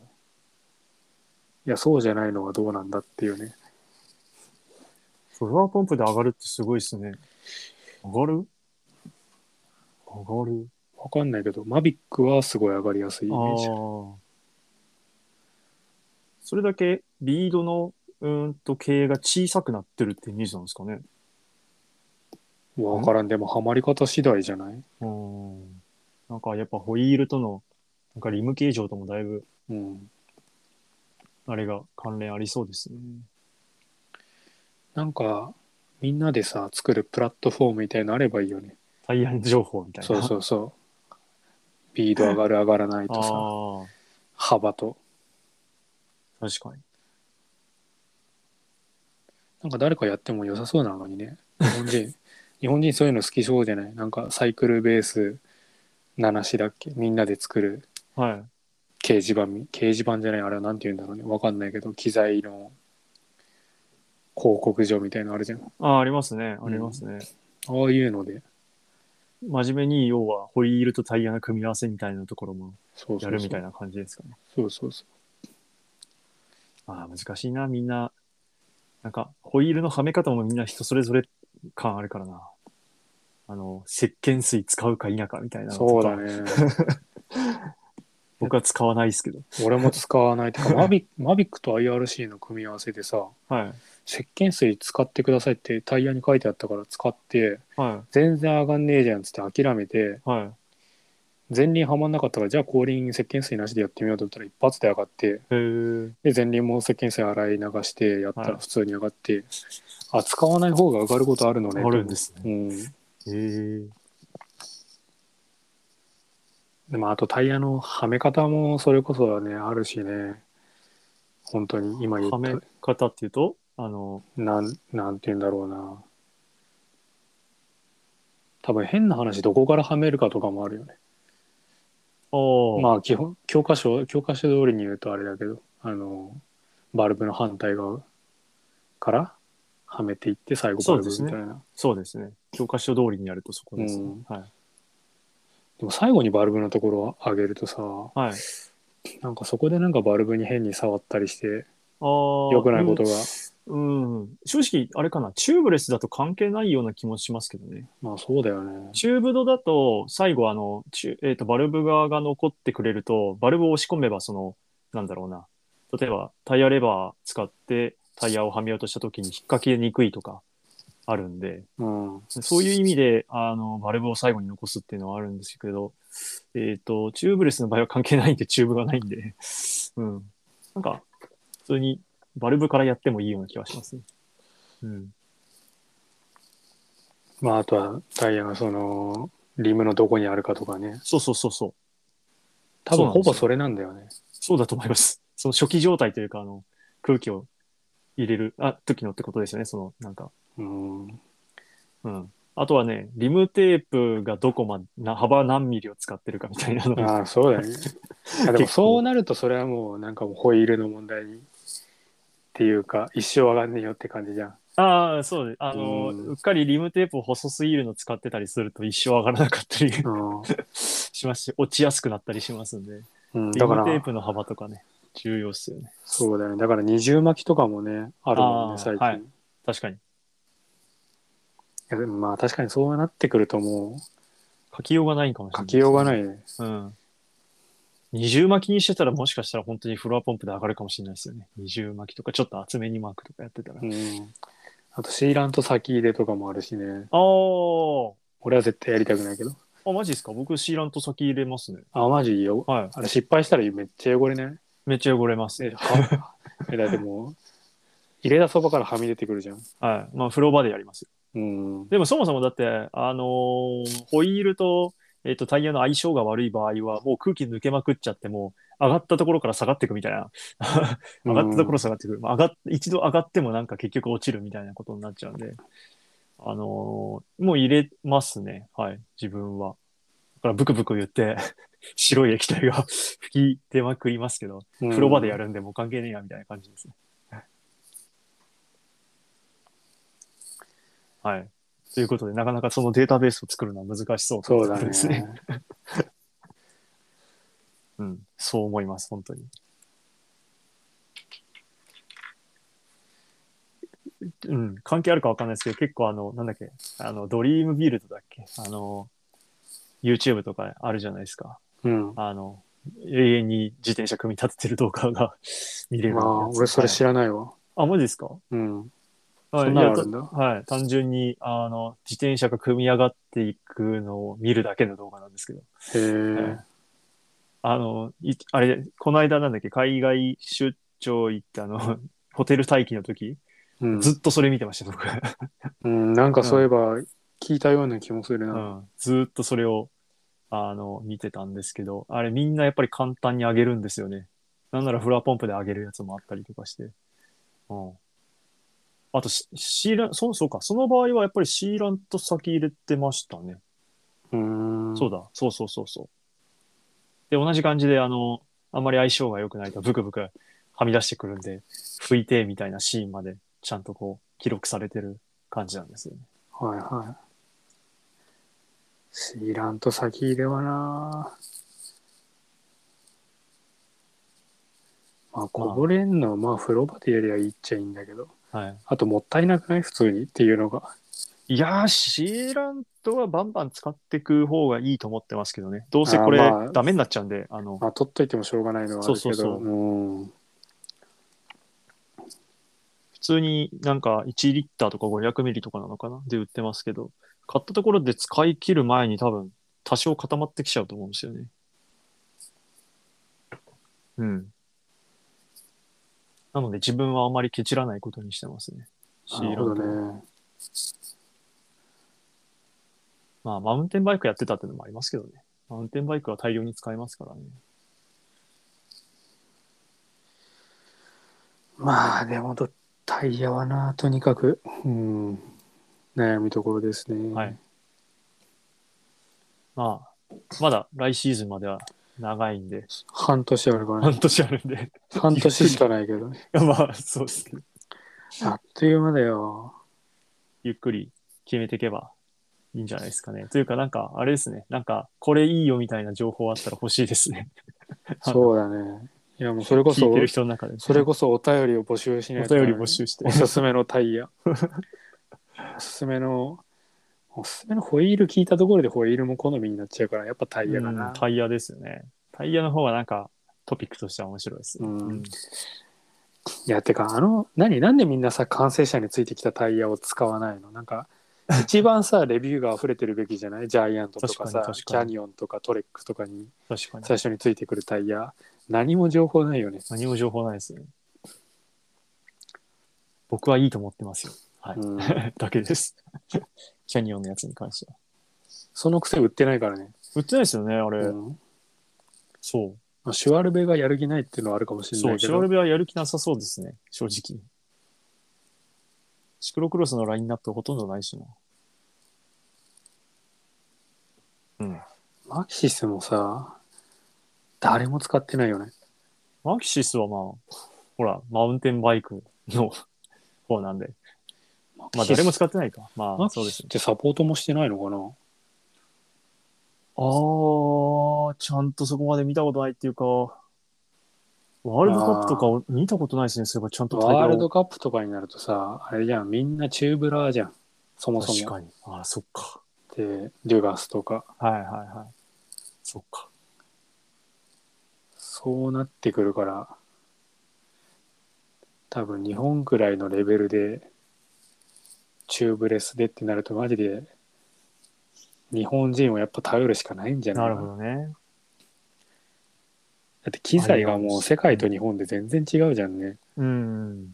いや、そうじゃないのはどうなんだっていうね。い。フロアポンプで上がるってすごいですね。上がる上がるわかんないけど、マビックはすごい上がりやすいイメージ。ああ。それだけリードのうーんと経営が小さくなってるってイメージなんですかね。わからん、でもハマり方次第じゃないうん。なんかやっぱホイールとの、なんかリム形状ともだいぶ、うん。あれが関連ありそうですね。なんか、みんなでさ、作るプラットフォームみたいなのあればいいよね。タイヤ情報みたいな。そうそうそう。ビード上がる上がらないとさ、あ幅と。あ、確かに。なんか誰かやっても良さそうなのにね。日本 人。日本人そういうの好きそうじゃないなんかサイクルベース7種だっけみんなで作るはい。掲示板み、掲示板じゃないあれはなんて言うんだろうね。わかんないけど、機材の広告所みたいなのあるじゃん。ああ、ありますね。ありますね。ああいうので、真面目に、要は、ホイールとタイヤの組み合わせみたいなところもそうそうそやうるみたいな感じですかね。そうそうそああ、難しいな、みんな。なんか、ホイールのはめ方もみんな人それぞれ感あるからな。あの、石鹸水使うか否かみたいなう。のそうとかだ。ね。僕は使わないですけど。俺も使わない。て か、マビマビックと IRC の組み合わせでさ、はい。石鹸水使ってくださいってタイヤに書いてあったから使って、は全然上がんねえじゃんっつって諦めて、い。は前輪はまんなかったから、じゃあ後輪石鹸水なしでやってみようと思ったら一発で上がって、い。へえ。で、前輪も石鹸水洗い流してやったらはい普通に上がって、あ、使わない方が上がることあるのね。あるんですね。うん。へえ。でもあとタイヤのはめ方もそれこそねあるしね本当に今言はめっ方っていうと、あの、たなんなんて言うんだろうな多分変な話どこからはめるかとかもあるよねおーまあ基本教科書教科書通りに言うとあれだけどあのバルブの反対側からはめていって最後バルブみたいな、そうですね。教科書通りにやるとそこですね。うんはい。でも最後にバルブのところを上げるとさ、はい。なんかそこでなんかバルブに変に触ったりして、ああ。良くないことが、うん。うん。正直、あれかな、チューブレスだと関係ないような気もしますけどね。まあそうだよね。チューブドだと、最後、あの、チュえーと、バルブ側が残ってくれると、バルブを押し込めば、その、なんだろうな。例えば、タイヤレバー使って、タイヤをはめようとした時に引っ掛けにくいとか、あるんで、うん。そういう意味で、あの、バルブを最後に残すっていうのはあるんですけど、えっ、と、チューブレスの場合は関係ないんで、チューブがないんで、 うん。なんか、普通にバルブからやってもいいような気はしますね。うん。まああとはタイヤのその、リムのどこにあるかとかね。そうそうそうそう。多分ほぼそれなんだよね。そうだと思います。 その初期状態というか、あの、空気を入れる、あ、時のってことですよね、その、なんか。うん。うん。あとはね、リムテープがどこまで、な幅何ミリを使ってるかみたいなのがああ、そうだよね。あでもそうなるとそれはもうなんかもうホイールの問題にっていうか、一生上がんねえよって感じじゃん。 ああ、そうです。あの、うんうっかりリムテープを細すぎるの使ってたりすると一生上がらなかったり うん。しますし、落ちやすくなったりしますんで、うん、リだかムテーら、プの幅とかね、重要っすよね。そうだよね。だから二重巻きとかもね、あるもんあね、ー最近。はいい確かに。やでもまあ確かにそうなってくるとも書きようがないんかもしうれな書い、きようがい。ないね。うん。二重巻きにしてたらもしかしたら本当にフロアポンプで上がるかもしれないですよね。二重巻きとか、ちょっと厚めに巻くとかやってたら。あうん。あとシーラント先入れとかもあるしね。あー、俺は絶対やりたくないけど。あ、マジですか僕シーラント先入れますね。あ、マジいいよ。はい。あれ失敗したらめっちゃ汚れないめっちゃ汚れます。え、はえだってもう、入れたそばからはみ出てくるじゃん。はい。まあ、風呂場でやりますよ。うん。でもそもそもだって、あのーホイールと、えっ、と、タイヤの相性が悪い場合は、もう空気抜けまくっちゃって、もう上がったところから下がっていくみたいな。上がったところ下がっていく。まあ、上がっ一度上がってもなんか結局落ちるみたいなことになっちゃうんで、あのーもう入れますね。はい、自分は。だからブクブク言って、 白い液体が 吹き出まくりますけど、うん風呂場でやるんでもう関係ねえやみたいな感じですね。はい。ということで、なかなかそのデータベースを作るのは難しそうとそいうとだころですね。うん、そう思います、本当に。うん、関係あるかわかんないですけど、結構あの、なんだっけ、あの、ドリームビルドだっけ、あの、YouTube とかあるじゃないですか。うん。あの、永遠に自転車組み立ててる動画が 見れるやまつあ、俺それ知らないわ。はいあ、マジですかうん。はいそんなのいやあるんだたはい、単純に、あの、自転車が組み上がっていくのを見るだけの動画なんですけど。へえ。あの、いあれ、この間なんだっけ、海外出張行ったあの、 ホテル待機の時、うん。ずっとそれ見てました、僕。うん、なんかそういえば、聞いたような気もするうな。ん、ずっとそれを、あの、見てたんですけど、あれみんなやっぱり簡単に上げるんですよね。なんならフラポンプで上げるやつもあったりとかして。うん。あとシ、シーラン、そう、そうか、その場合はやっぱりシーランと先入れてましたね。うん。そうだ、そうそうそうそう。で、同じ感じで、あの、あんまり相性が良くないとブクブクはみ出してくるんで、拭いてみたいなシーンまでちゃんとこう、記録されてる感じなんですよね。はいはい。シーラント先入れはな。まあ、こぼれんのは、まあ、風呂場でやりゃいいっちゃいいんだけど。はあと、もったいなくない普通にっていうのが。い。いやー、シーラントはバンバン使っていく方がいいと思ってますけどね。どうせこれあーまあダメになっちゃうんで、あの、まあ、取っといてもしょうがないのはあるけど。そうそうそううん。普通になんか1リッターとか500ミリとかなのかなで売ってますけど、買ったところで使い切る前に多分多少固まってきちゃうと思うんですよね。うん。なので自分はあまりケチらないことにしてますね。シなーるラほどンとかね。まあ、マウンテンバイクやってたってのもありますけどね。マウンテンバイクは大量に使えますからね。まあ、でもど、タイヤはな、とにかく、うん。悩みところですね。はい。まあ、まだ来シーズンまでは長いんで、半年ある からね。半年あるんで。半年しかないけど ね。まあ、そうですけど。あっという間だよ。ゆっくり決めていけばいいんじゃないですかね。というか、なんか、あれですね。なんか、これいいよみたいな情報あったら欲しいですね。そうだね。いや、もう それこ聞いそて、る人の中で。それこそお便りを募集しないお便り募集してお。すすめのタイ ヤ。おすすめの、おすすめのホイール聞いたところでホイールも好みになっちゃうから、やっぱタイヤかう。なんタイヤですよね。タイヤの方がなんか、トピックとしては面白いですね。うんいや、てか、あの、何、なんでみんなさ、完成車についてきたタイヤを使わないのなん か、一番さ、レビューが溢れてるべきじゃないジャイアントとかさ確かに確キかャにニオンとかトレックとかに確かに。最初についてくるタイヤ。何も情報ないよね。何も情報ないですね。僕はいいと思ってますよ。はい。うん だけです。 キャニオンのやつに関しては。そのくせ売ってない からね。売ってないですよね、あれ。うんそう。まあシュワルベがやる気ないっていうのはあるかもしれそなう、いけシュワどル、ベはやる気なさそうですね、正直。シクロクロスのラインナップほとんどないしな。うん。マキシスもさ、誰も使ってないよね。マキシスはまあ、ほら、マウンテンバイクの方なんで。ままあ、誰も使ってないか。まあ、マそキシうでスすっね。てサポートもしてないのかなあー、ちゃんとそこまで見たことないっていうか、ワールドカップとかを見たことないですね、それがちゃんと大会をワールドカップとかになるとさ、あれじゃん、みんなチューブラーじゃん。そもそ確も。かに。あー、そっか。で、デュガスとか。はいはいはい。そっか。そうなってくるから、多分日本くらいのレベルで、チューブレスでってなるとマジで、日本人はやっぱ頼るしかないんじゃないなるかほなだどね。って機材がもう世界と日本で全然違うじゃんね。うん。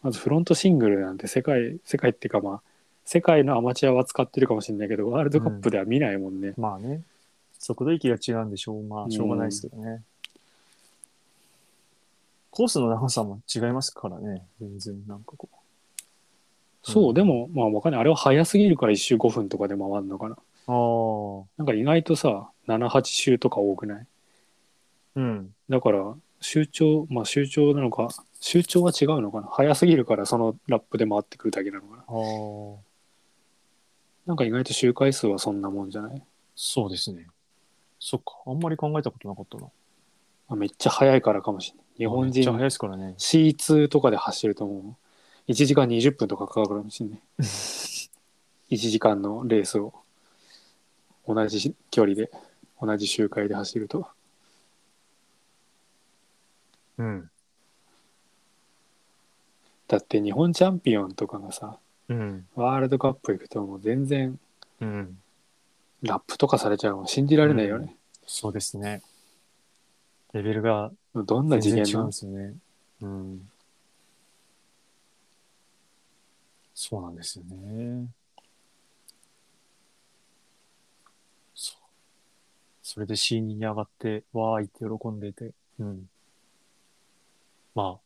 まずフロントシングルなんて世界、世界っていうかまあ、世界のアマチュアは使ってるかもしれないけど、ワールドカップでは見ないもんね。まあね、速度域が違うんでしょう、まあ、しょうがないですけどね。コースの長さも違いますからね、全然、なんかこそう、うんでも、まあわかんない。あれは早すぎるから1周5分とかで回るのかな。う。なんか意外とさ、7、8周とか多くないああ、うん。だから、周長、まあ周長なのか、周長は違うのかな。早すぎるからそのラップで回ってくるだけなのかな。ああ、なんか意外と周回数はそんなもんじゃない、そうですね。そっか、あんまり考えたことなかったな。まあ、めっちゃ早いからかもしれない。日本めっちゃ人速いですからね。 C2 とかで走ると思う。1時間20分とかかかるかもしれない。1時間のレースを同じ距離で、同じ周回で走ると。うん。だって日本チャンピオンとかがさ、うん。ワールドカップ行くともう全然うん。ラップとかされちゃうの信じられないよね。そうですね。レベルがどんな全次元然違うんのですよね。うん。そうなんですよね。そう。それで C2 に上がって、わーいって喜んでいて、うん。まあ、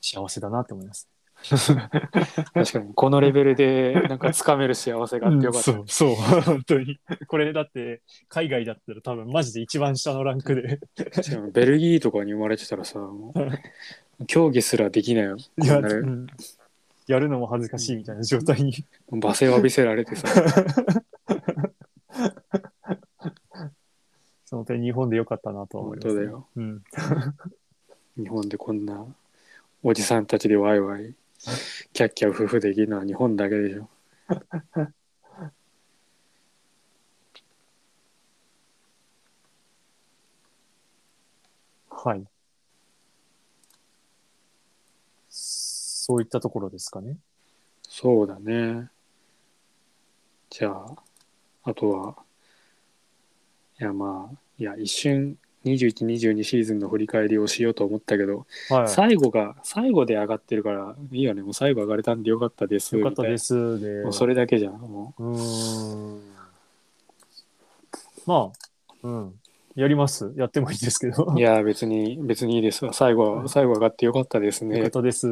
幸せだなって思います。 確かにこのレベルでなんかつかめる幸せがあってよかった。そう、そう、本当に。これだって、海外だったら多分マジで一番下のランクで。しかもベルギーとかに生まれてたらさ、も う競技すらできないよ。いや、こんなレベうルんやるのも恥ずかしいみたいな状態に罵声を浴びせられてさ。その点日本でよかったなとは思います、本当だよ。うん。日本でこんなおじさんたちでワイワイキャッキャウフフできるのは日本だけでしょはい。そういったところですかね。そうだねじゃああとはいやまあいや一瞬2122シーズンの振り返りをしようと思ったけど、は最後が最後で上がってるからいいよねもう最後上がれたんでよかったですい。よかったですす。で、もうそれだけじゃんもうーん。まあ、うん。やります。やってもいいですけど。ういや別に別にいいですわ最後は最後上がってよかったですよかねったです。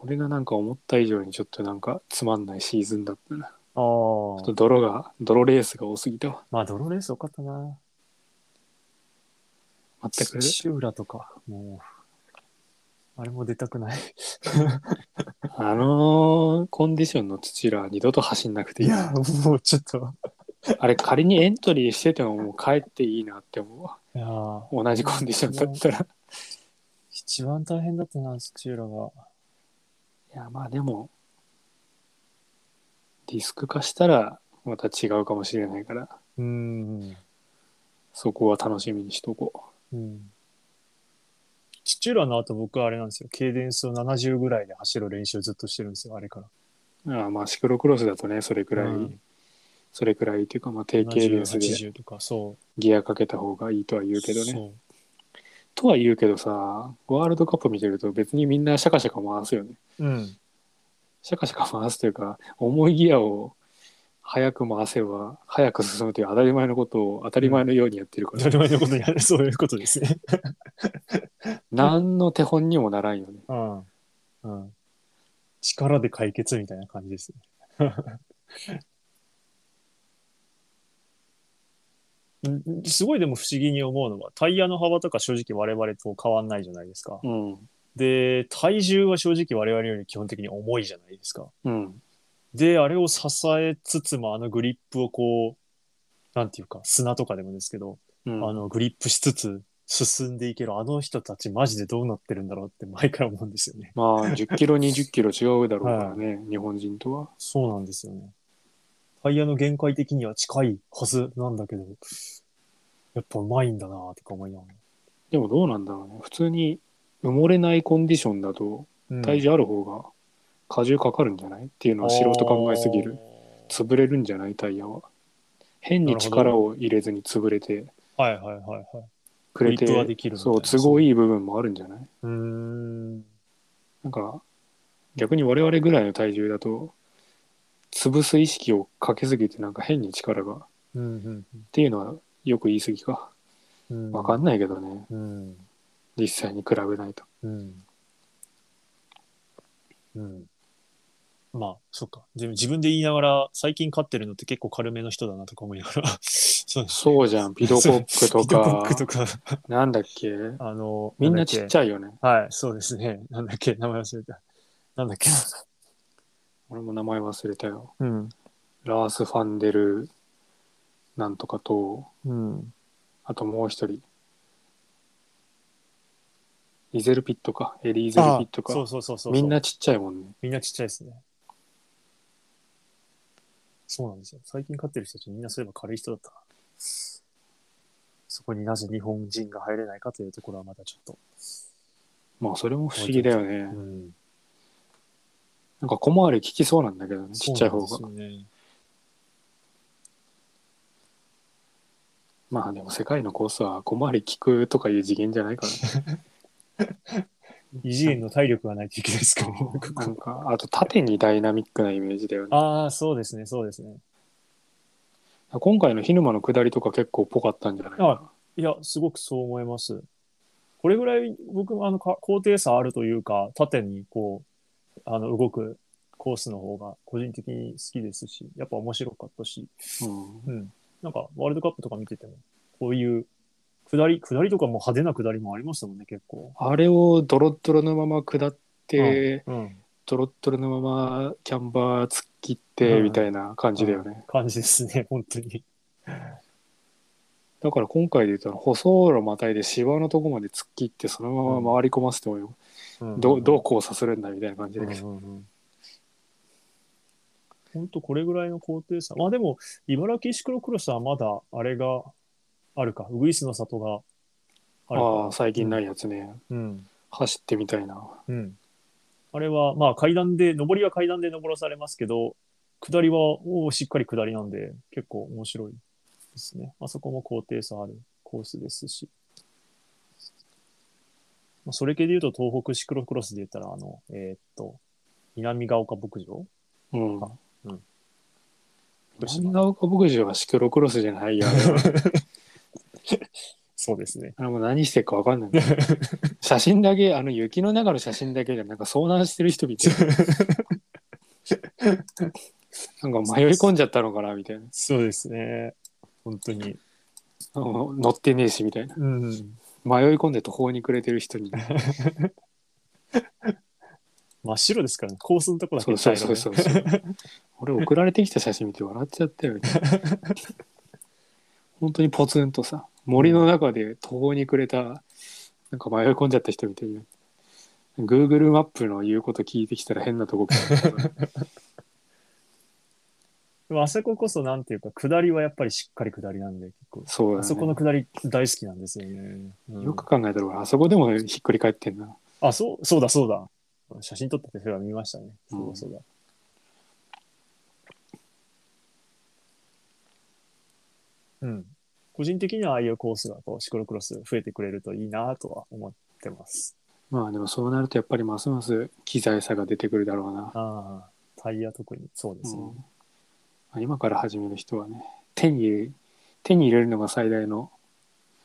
俺がなんか思った以上にちょっとなんかつまんないシーズンだったな。あちょっとあ。泥が、泥レースが多すぎたわ。まあ、ドロレースよかったな。全く。土浦とか、もあれも出たくない。あのーコンディションの土ら二度と走んなくていいい。や、もうちょっと。あれ仮にエントリーしててももう帰っていいなって思うわ。いやー同じコンディションだったら。い一番大変だったな、土浦が。や、まあでも、ディスク化したらまた違うかもしれないから、うーん。そこは楽しみにしとこうん。土浦の後僕はあれなんですよ。ケイデンスを70ぐらいで走る練習をずっとしてるんですよ、あれから。う。ああまあシクロクロスだとね、それくらい、うんそれくらいというか、まあ定型レ70、ースで80とか、そう。ギアかけた方がいいとは言うけどね。そうとは言うけどさ、ワールドカップ見てると別にみんなシャカシャカ回すよね。うん。シャカシャカ回すというか、重いギアを早く回せば、早く進むという当たり前のことを当たり前のようにやってるか当ら、たり前のことにあ る、そういうことですね。何の手本にもならんよね。うん。うん。力で解決みたいな感じですね。 うんすごいでも不思議に思うのはタイヤの幅とか正直我々と変わんないじゃないですか。うん。で体重は正直我々より基本的に重いじゃないですか。うん。であれを支えつつもあのグリップをこうなんていうか砂とかでもですけどうん、あのグリップしつつ進んでいけるあの人たちマジでどうなってるんだろうって毎回思うんですよね。まあ、10キロ、20キロ違うだろうからね、日本人とは。そうなんですよね。タイヤの限界的には近いはずなんだけど、やっぱうまいんだなとか思いながでもどうなんだろうね。普通に埋もれないコンディションだと、ら。体重ある方が荷重かかるんじゃないっていうのは素人考えすぎる。。潰れるんじゃないタイヤは。変に力を入れずに潰れてあーはいはいはいはい。くれてグリップはできるみたいそなう、都合いい部分もあるんじゃないうーん。なんか逆に我々ぐらいの体重だと潰す意識をかけすぎてなんか変に力がっうんうんていうのはよく言い過ぎかうん。わかんないけどねうん。実際に比べないとうん。うん。まあ、そっか。でも自分で言いながら、最近飼ってるのって結構軽めの人だなとか思いながら。 そうそうじゃ んピドコックと ピドコかック とか。なんだっけあの、みんなちっちゃゃい。いよねはい、そうですね。なんだっけ、名前忘れた。なんだっけ。俺も名前忘れたようん。ラース・ファンデルなんとかとうん。あともう一人イゼルピットかエリー・イゼルピットかそうそうそうそう。みんな、ちっちゃいもんねみんなちっちゃいですね。そうなんですよ。最近飼ってる人たちみんなそういえば軽い人だったな。そこになぜ日本人が入れないかというところはまたちょっと。まあそれも不思議だよねうん。なんか小回り効きそうなんだけどね、ちっちゃい方そが。うなんですよね。まあでも世界のコースは小回り効くとかいう次元じゃないから ね。異次元の体力がないといけないですからね。なんか、あと縦にダイナミックなイメージだよね。 ああ、そうですね、そうですね。今回の昼間の下りとか結構ぽかったんじゃないかあいや、すごくそう思います。これぐらい僕もあのか高低差あるというか、縦にこう、あの動くコースの方が個人的に好きですし、やっぱ面白かったし、な。うん。うん。なんかワールドカップとか見てても、こういう下り、下りとかも派手な下りもありましたもんね、結構。あれをドロッドロのまま下って、うん。ドロッドロのままキャンバー突っ切ってうんみたいな感じだよね。感じですね、 本当に。だから今回で言ったら、舗装路またいで芝のとこまで突っ切って、そのまま回り込ませてもよ、うんどうどう交差するんだみたいな感じだけど。本当これぐらいの高低差。まあでも、茨城シクロクロスはまだあれがあるか、ウグイスの里があるか。ああ、最近ないやつね。うん。走ってみたいな。うん。あれは、まあ階段で、上りは階段で登らされますけど、下りはおーしっかり下りなんで、結構面白いですね。あそこも高低差あるコースですし。まあ、それ系で言うと、東北シクロクロスで言ったら、あの、えーっと、南ヶ丘牧場うんあ。うん南ヶ丘牧場はシクロクロスじゃないよ。あれはそうですね。あれもう何してるか分かんない。写真だけ、あの雪の中の写真だけでなんか遭難してる人みたいな。なんか迷い込んじゃったのかなみた いな。そうですね。本当に。あの乗ってねえしみたいな。うん。迷い込んで途方に暮れてる人に真っ白ですからね。コースのとこだそけう茶そ色うでそうそうそう 俺送られてきた写真見て笑っちゃったよね本当にポツンとさ森の中で途方に暮れたなんか迷い込んじゃった人みたいな Google マップの言うこと聞いてきたら変なとこ来たからでもあそここそなんていうか、下りはやっぱりしっかり下りなんで、結構。そうだ、ね、あそこの下り大好きなんですよね。うんよく考えたら俺あそこでもひっくり返ってんなあ、そう、そうだそうだ。写真撮ってて、それは見ましたね。そうだそうだ。うん。個人的にはああいうコースがこうシクロクロス増えてくれるといいなとは思ってます。まあでもそうなるとやっぱりますます機材差が出てくるだろうな、ああ、タイヤ特にそうですね。うん、今から始める人はね手に手に入れるのが最大の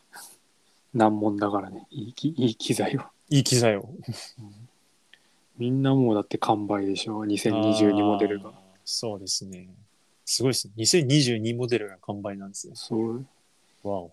難問だからねいいきいい機材をいい機材を。みんなもうだって完売でしょ2022モデルがあー。そうですね。すごいですね。2022モデルが完売なんですね。そうわお。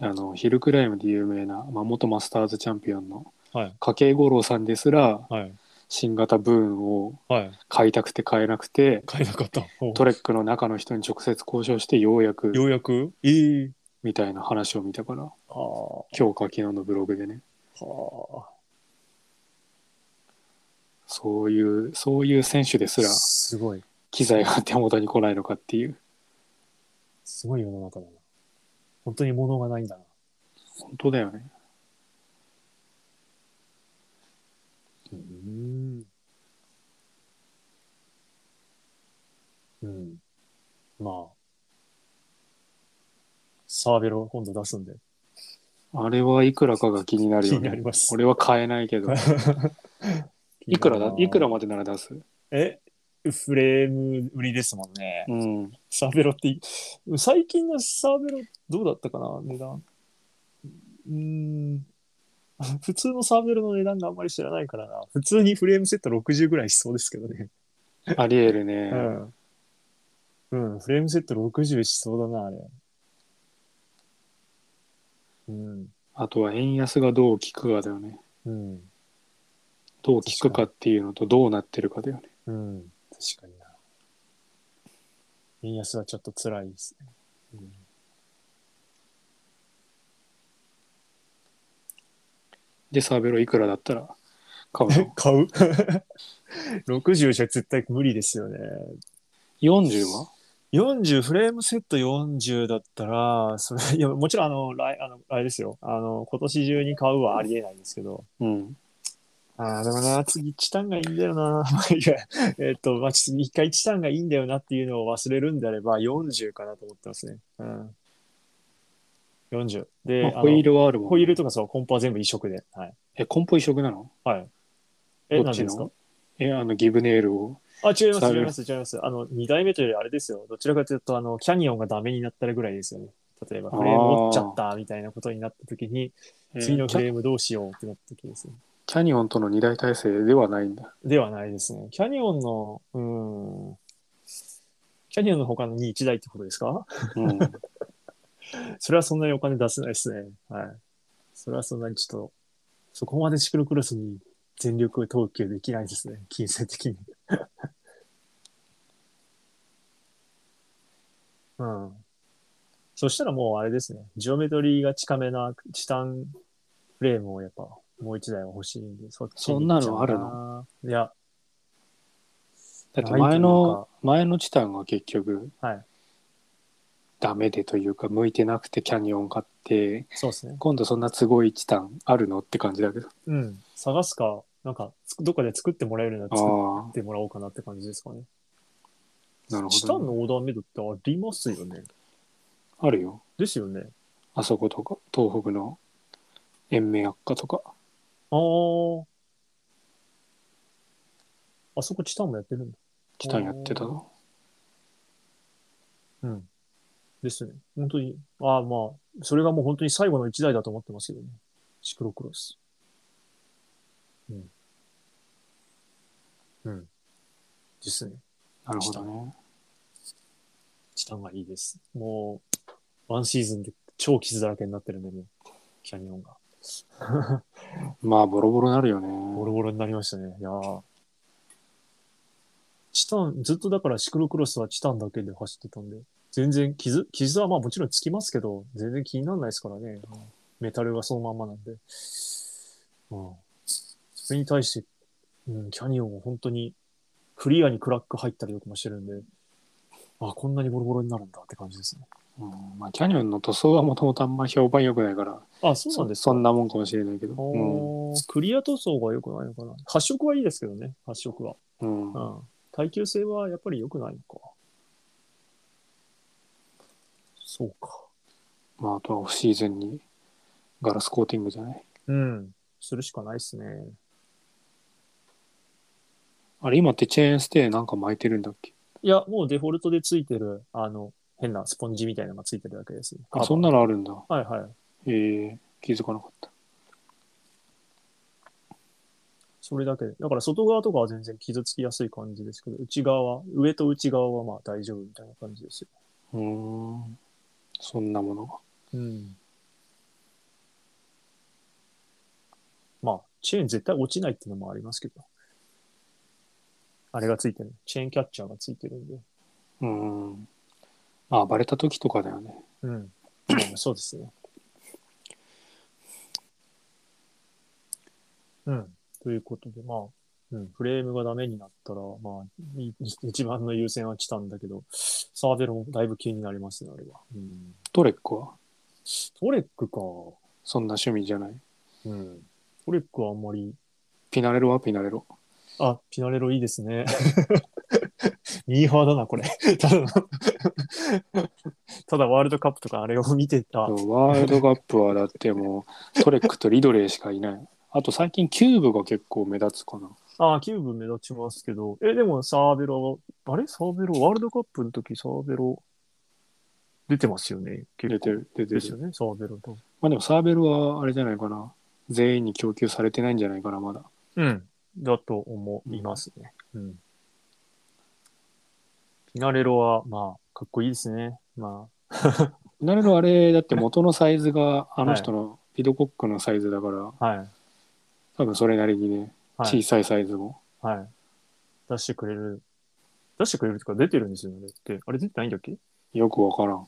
あのヒルクライムで有名な、まあ、元マスターズチャンピオンのはい。筧五郎さんですらはい。新型ブーンをはい。買いたくて買えなくて買えなかった。おうトレックの中の人に直接交渉してようやくようやくええみたいな話を見たからああ。今日か昨日のブログでねはあ。そういうそういう選手ですらすごい。機材が手元に来ないのかっていうすごい世の中だな。本当に物がないんだな。本当だよねうん。うん。まあ。サーベルを今度出すんで、あれはいくらかが気になる気よになねります。俺は買えない けどいくらだいくらまでなら出すえフレーム売りですもんね。うんサーベロってい、最近のサーベロどうだったかな値段。うーん。 普通のサーベロの値段があんまり知らないからな。普通にフレームセット60ぐらいしそうですけどね。ありえるね、うん。うん、フレームセット60しそうだな、あれ。うん。あとは円安がどう効くかだよねうん。どう効くかっていうのとどうなってるかだよねうん。確かにな。円安はちょっと辛いですね。うんでサーベロいくらだったら買う の買う ?60 じゃ絶対無理ですよね。 40は40、フレームセット40だったら、それ、 いや、もちろん、あの、来、あの、あれですよ。あの、今年中に買うはありえないんですけど。うんああ、でもな、次、チタンがいいんだよな。 まあいや、えっと、まあ、ちょっと一回チタンがいいんだよなっていうのを忘れるんであれば、40かなと思ってますね。うん。40。で、まああ、のホイールはあるもん、ね、ホイールとかそう、コンポは全部移植で。はい。えコンポ移植なのはい。え、ど何っちですかのえあのギブネールをあ、違いまサーす、違ベいルます、違います。あの、二代目というよりあれですよ。どちらかというと、あの、キャニオンがダメになったらぐらいですよね。例えば、フレーム折っちゃったみたいなことになった時に、次のキフャレームどうしようってなった時ですね。キャニオンとの二大体制ではないんだではないですね。キャニオンの、うーん、キャニオンの他の2、1台ってことですかうんそれはそんなにお金出せないですね。はい。それはそんなにちょっと、そこまでシクロクロスに全力投球できないですね。金銭的に。 うん。そしたらもうあれですね。ジオメトリーが近めなチタンフレームをやっぱもう一台は欲しいんで、そっちに行っちゃうそんなのあるいや、だってないとい前うのか前のチタンが結局はい。ダメでというか向いてなくてキャニオン買ってそうですね。今度そんな都合いチタンあるのって感じだけどうん。探すか、なんか、つどっかで作ってもらえるなら作っあてもらおうかなって感じですかね。あなるほどね、チタンのオーダーメイドってありますよね。あるよですよね。あそことか東北の延命悪化とかああ。あそこチタンもやってるんだ。チタンやってたのうん。ですね。本当に。ああ、まあ、それがもう本当に最後の一台だと思ってますけどね。シクロクロス。うん。うん。ですね。なるほどねチタンがいいです。もう、ワンシーズンで超傷だらけになってるんでね、キャニオンが。まあ、ボロボロなるよね。ボロボロになりましたね。いやーチタン、ずっとだからシクロクロスはチタンだけで走ってたんで、全然傷、傷はまあもちろんつきますけど、全然気にならないですからね。メタルがそのまんまなんで。うん。それに対して、うん、キャニオンは本当にクリアにクラック入ったりとかもしてるんで、あ、こんなにボロボロになるんだって感じですね。うんまあ、キャニオンの塗装はもともとあんま評判良くないから、あ、そうなんですかそんなもんかもしれないけど。うんおークリア塗装が良くないのかな。発色はいいですけどね、発色は。うんう、ん。耐久性はやっぱり良くないのか。そうか。まあ、あとはオフシーズンにガラスコーティングじゃない。うん。するしかないですね。あれ、今ってチェーンステーなんか巻いてるんだっけいや、もうデフォルトでついてる、あの、変なスポンジみたいなのがついてるだけですね。あ、そんなのあるんだ。はいはい。ええ気づかなかった。それだけで。だから外側とかは全然傷つきやすい感じですけど、内側は、上と内側はまあ大丈夫みたいな感じですよ。うーん。そんなものが。うん。まあ、チェーン絶対落ちないっていうのもありますけど。あれがついてる。チェーンキャッチャーがついてるんで。うーん。まあ、暴れた時とかだよね。うん。まあそうですね。うん。ということで、まあ、うん、フレームがダメになったら、まあ、い 一番の優先は来たんだけど、サーベルもだいぶ気になりますね、あれは。うん。トレックはトレックか。そんな趣味じゃない。うん。トレックはあんまりピナレロはピナレロ。あ、ピナレロいいです ね。ミーハーだな、これ。ただのただワールドカップとかあれを見てた。ワールドカップはだっても う、トレックとリドレーしかいない。あと最近キューブが結構目立つかな。あ、キューブ目立ちますけど。え、でもサーベロ、あれサーベロ、ワールドカップの時サーベロ、出てますよね。結構出てる、出てですよる。ね、サーベロと。まあでもサーベルはあれじゃないかな。全員に供給されてないんじゃないかな、まだ。うん。だと思いますね。うん。ピナレロは、まあ、かっこいいですね。まあ、ピナレロあれ、だって元のサイズがあの人のピドコックのサイズだから、はい。多分それなりにね、は小い、さいサイズも。はい。出してくれる。出してくれるとか出てるんですよね。って。あれ出てないんだっけよくわからん。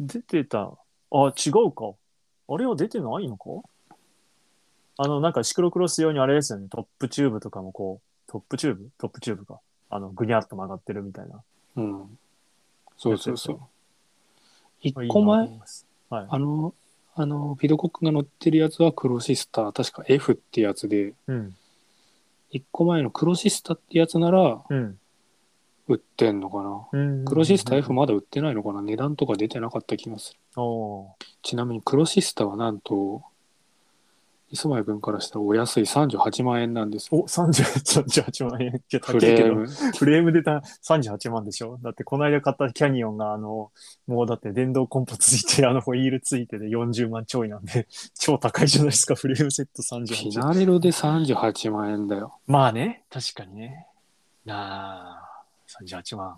出てた。あ、違うか。あれは出てないのかあの、なんかシクロクロス用にあれですよね。トップチューブとかもこう、トップチューブトップチューブか。あの、ぐにゃっと曲がってるみたいな。うん。そうそうそう。一まあ個前いいなと思いますはい。あの、あの、ピドコックが乗ってるやつはクロシスター、確か F ってやつで、うん。一個前のクロシスタってやつならうん。売ってんのかな。うん。クロシスタ F も。まだ売ってないのかな値段とか出てなかった気がする。おーちなみにクロシスタはなんと、磯前君からしたらお安い38万円なんです。お、38 38万円。いや、高フいけレーど。ム。フレームでた38万でしょだってこの間買ったキャニオンがあの、もうだって電動コンポついて、あのホイールついてで40万ちょいなんで、超高いじゃないですか、フレームセットピ38万。ナレロで38万円だよ。まあね、確かにね。なあ、38万。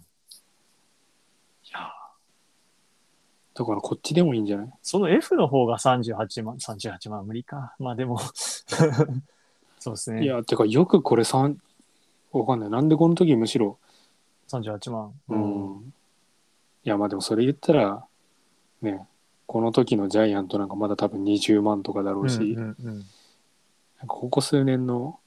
いやあだからこっちでもいいんじゃないその F の方が38万、38万無理か。まあでも、 そうですね。いや、てかよくこれ3、わかんない。なんでこの時むしろ、 38万。うん。いや、まあでもそれ言ったら、ね、この時のジャイアントなんかまだ多分20万とかだろうし、うんうんうんなんかここ数年の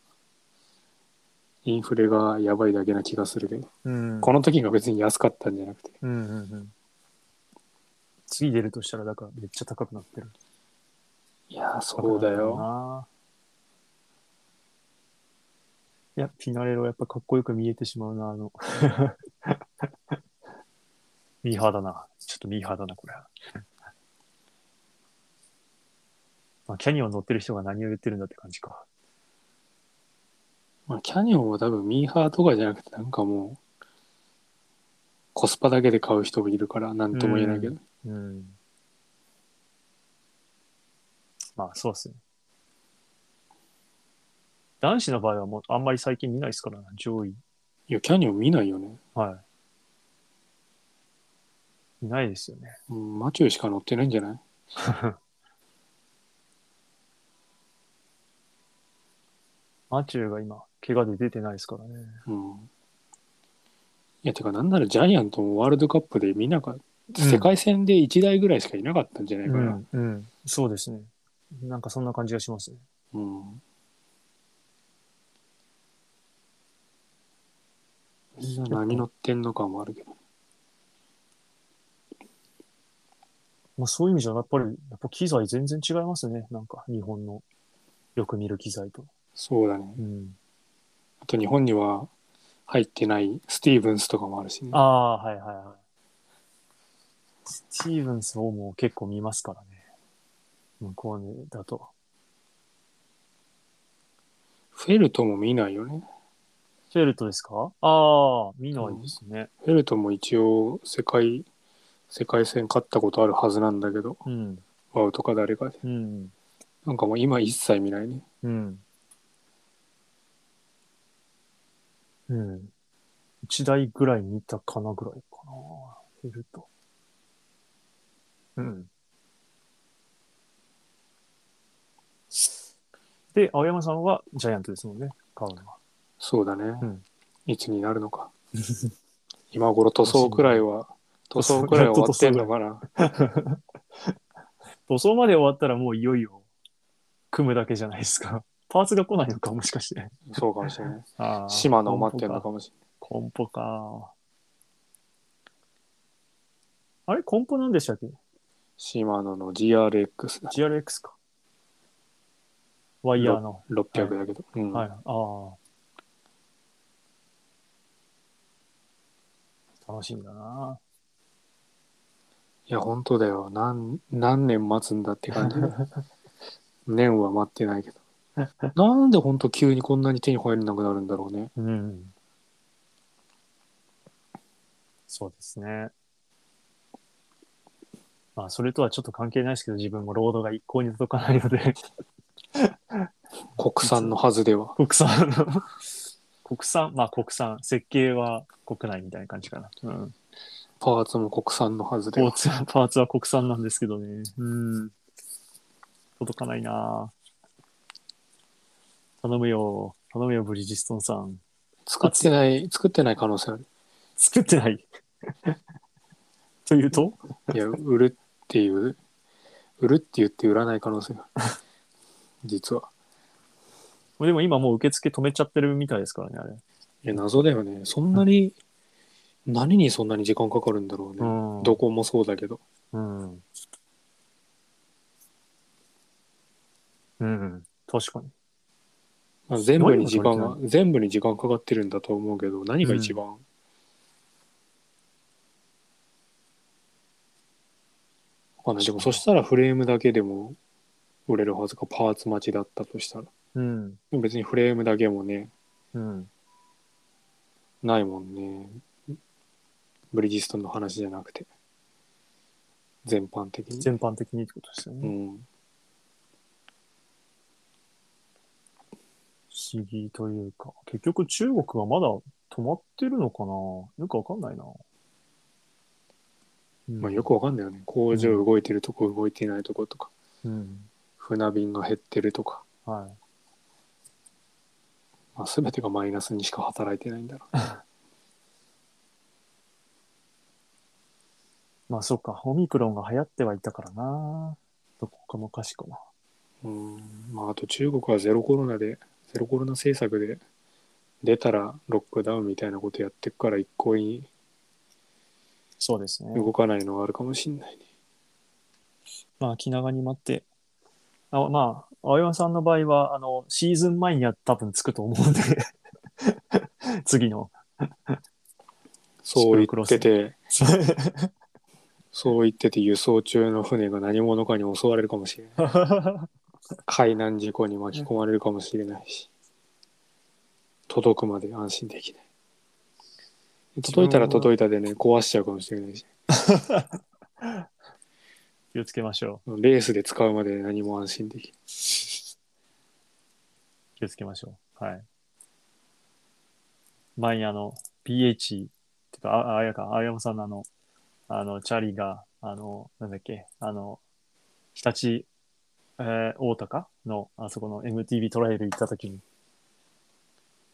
インフレがやばいだけな気がするけど、うんこの時が別に安かったんじゃなくて、うんうんうん。次出るとしたら、だからめっちゃ高くなってる。いやー、そうだよ。よ。いや、ピナレロやっぱかっこよく見えてしまうな、あの。 ミーハーだな。ちょっとミーハーだな、これ。まあ、キャニオン乗ってる人が何を言ってるんだって感じか。まあ、キャニオンは多分ミーハーとかじゃなくて、なんかもう、コスパだけで買う人もいるから、なんとも言えないけど、うん。まあ、そうっすね。男子の場合はもうあんまり最近見ないですからな、上位。いや、キャニオン見ないよね。はい。いないですよね。うん、マチューしか乗ってないんじゃないマチューが今、怪我で出てないですからね。うん。いや、てか、なんならジャイアントもワールドカップでみんなが、世界戦で1台ぐらいしかいなかったんじゃないうかな。ん、うん、そうですね。なんかそんな感じがしますね。うん。みんな何乗ってんのかもあるけど。まあそういう意味じゃ、やっぱり、やっぱ機材全然違いますね。なんか、日本のよく見る機材と。そうだね。うん。あと日本には入ってないスティーブンスとかもあるしね。ああ、はいはいはい。スティーブンスをもう結構見ますからね。向こうにだと。フェルトも見ないよね。フェルトですかああ、見ないですね。フェルトも一応世界、世界戦勝ったことあるはずなんだけど、うん。ワウとか誰かで。うん。なんかもう今一切見ないね。うん。うん。一台ぐらい見たかなぐらいかな。フェルト。うん。で、青山さんはジャイアントですもんね、買うのは。そうだね。うんいつになるのか。 今頃塗装くらい は、塗装くらいは終わってんのかな。塗装まで終わったらもういよいよ組むだけじゃないですか。 パーツが来ないのか、もしかして。そうかもしれない。 ああ島の待ってんのかもしコンポか。あれコンポなんでしたっけれない。島野の GRX だ。 ?GRX か。ワイヤーの。 600だけど。うんはい。ああ。楽しみだな。いや、本当だよ。何、何年待つんだって 感じ。年は待ってないけど。なんで本当急にこんなに手に入らなくなるんだろうね。うん。そうですね。まあ、それとはちょっと関係ないですけど、自分もロードが一向に届かないので。 国産のはずでは。国産の国産まあ国産設計は国内みたいな感じかな、うん、パーツも国産のはずでパーは。ツパーツは国産なんですけどねうん届かないな頼むよ頼むよブリヂストンさん作ってない、作ってない可能性ある。作ってない というといや、売るっていう、売るって言って売らない可能性が ある。実は。でも今もう受付止めちゃってるみたいですからねあれいや、謎だよね。そんなに、何にそんなに時間かかるんだろうね。うんどこもそうだけど。うんうん確かにまあ、全部に時間すごいがよ、全部に時間かかってるんだと思うけど、何が一番、わかんない。でも、そしたらフレームだけでも売れるはずか、パーツ待ちだったとしたら。うんでも別にフレームだけもね、うんないもんね。ブリヂストンの話じゃなくて。全般的に。全般的にってことですよね、うん。不思議というか、結局中国はまだ止まってるのかなよくわかんないな。うんまあ、よくわかんないよね。工場動いてるとこ動いてないとことか、うん。船便が減ってるとか。はい。まあ、全てがマイナスにしか働いてないんだろう。まあ、そうか。オミクロンが流行ってはいたからな。どこかもかしこも。うんまあ、あと中国はゼロコロナでゼロコロナ政策で出たらロックダウンみたいなことやってくから一向にそうですね。動かないのはあるかもしんないね。まあ、気長に待って。あまあ、青山さんの場合は、あの、シーズン前には多分つくと思うんで、 次の。そう言ってシクて、そう言ってて輸送中の船が何者かに襲われるかもしれない。海難事故に巻き込まれるかもしれないし、届くまで安心できない。届いたら届いたでね、壊しちゃうかもしれないし、気をつけましょレースで使うまで何も安心できない。う。気をつけましょう。はい。前にあの、BH、てか、あ、あやか、青山さんのあの、あの、チャリが、あの、なんだっけ、あの、日立、えー、大高の、あそこの MTV トライル行った時に、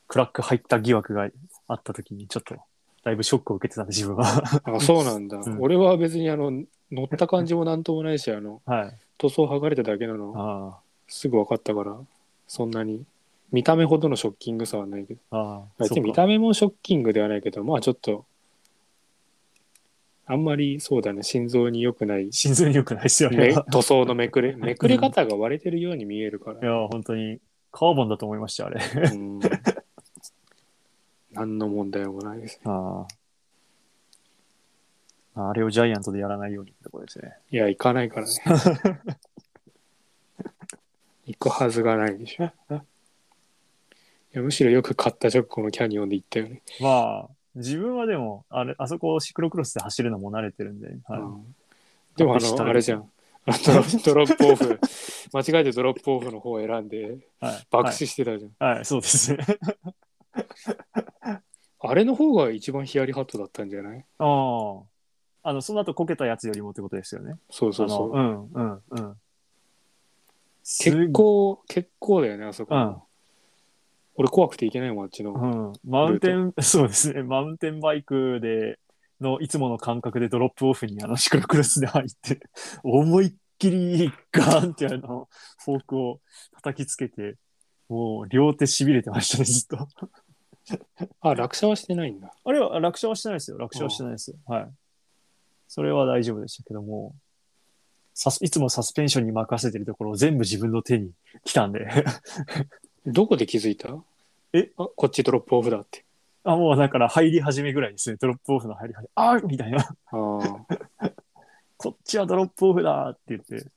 クラック入った疑惑があった時に、ちょっと、だいぶショックを受けてたんで、自分は。 あそうなんだ、うん俺は別にあの乗った感じもなんともないしあのはい。塗装剥がれただけなのあすぐ分かったからそんなに見た目ほどのショッキングさはないけどあ、ああ、別そにう見か。た目もショッキングではないけどまあちょっとあんまりそうだね心臓に良くない心臓に良くないですよね。めい塗装のめくれめくれ方が割れてるように見えるから、や、本当に、カーボンだと思いましたよ、あれ。うん、何の問題もないですああ。あれをジャイアントでやらないようにってとこですね。いや行かないからね 行くはずがないでしょいやむしろよく買った直後のキャニオンで行ったよね、まあ、自分はでも、あれ、あそこをシクロクロスで走るのも慣れてるんで、はい。うんでもあ隠したのりあれじゃんあのド ロップドロップオフ間違えてドロップオフの方を選んではい、爆死してたじゃん、はい、はい、そうですね。 あれの方が一番ヒヤリハットだったんじゃないああ。あの、その後こけたやつよりもってことですよね。そうそうそうあのうん、うん、うん。結構結構だよねあそこ、うん俺怖くて行けないもんあっちの、すごい、うん。マウンテン、 そうですね。マウンテンバイクで、のいつもの感覚でドロップオフにあのシクロクロスで入って、思いっきりガーンってあの、フォークを叩きつけて、もう両手痺れてましたね、ずっと。あ落車はしてないんだあれは、あ落車はしてないですよ。落車はしてないですよ。はい。それは大丈夫でしたけども、サスいつもサスペンションに任せてるところを全部自分の手に来たんで、 どこで気づいたえあこっちドロップオフだってあ、もうだから入り始めぐらいですね。ドロップオフの入り始め、あーみたいな。ああこっちはドロップオフだーって言って。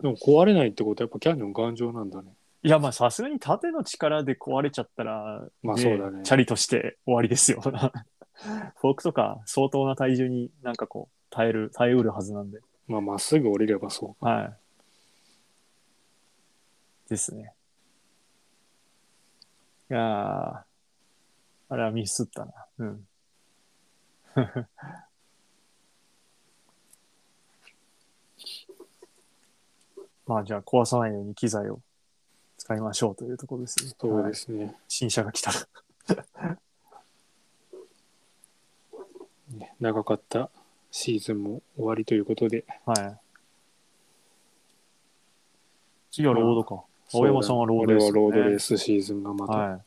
でも壊れないってことはやっぱキャニオン頑丈なんだねいや、まあさすがに縦の力で壊れちゃったら、まあそうだねチャリとして終わりですよ。 フォークとか相当な体重になんかこう、耐える、耐えうるはずなんで。まあまっすぐ降りればそうはい。ですね。いやーあれはミスったな。うん。 まあじゃあ壊さないように機材を使いましょうというところですね。そうはでいすね、新車が来たら。長かったシーズンも終わりということではい。次はロードか。青そうだ山さんはロードレース、俺はロードレースシーズンがまたはい。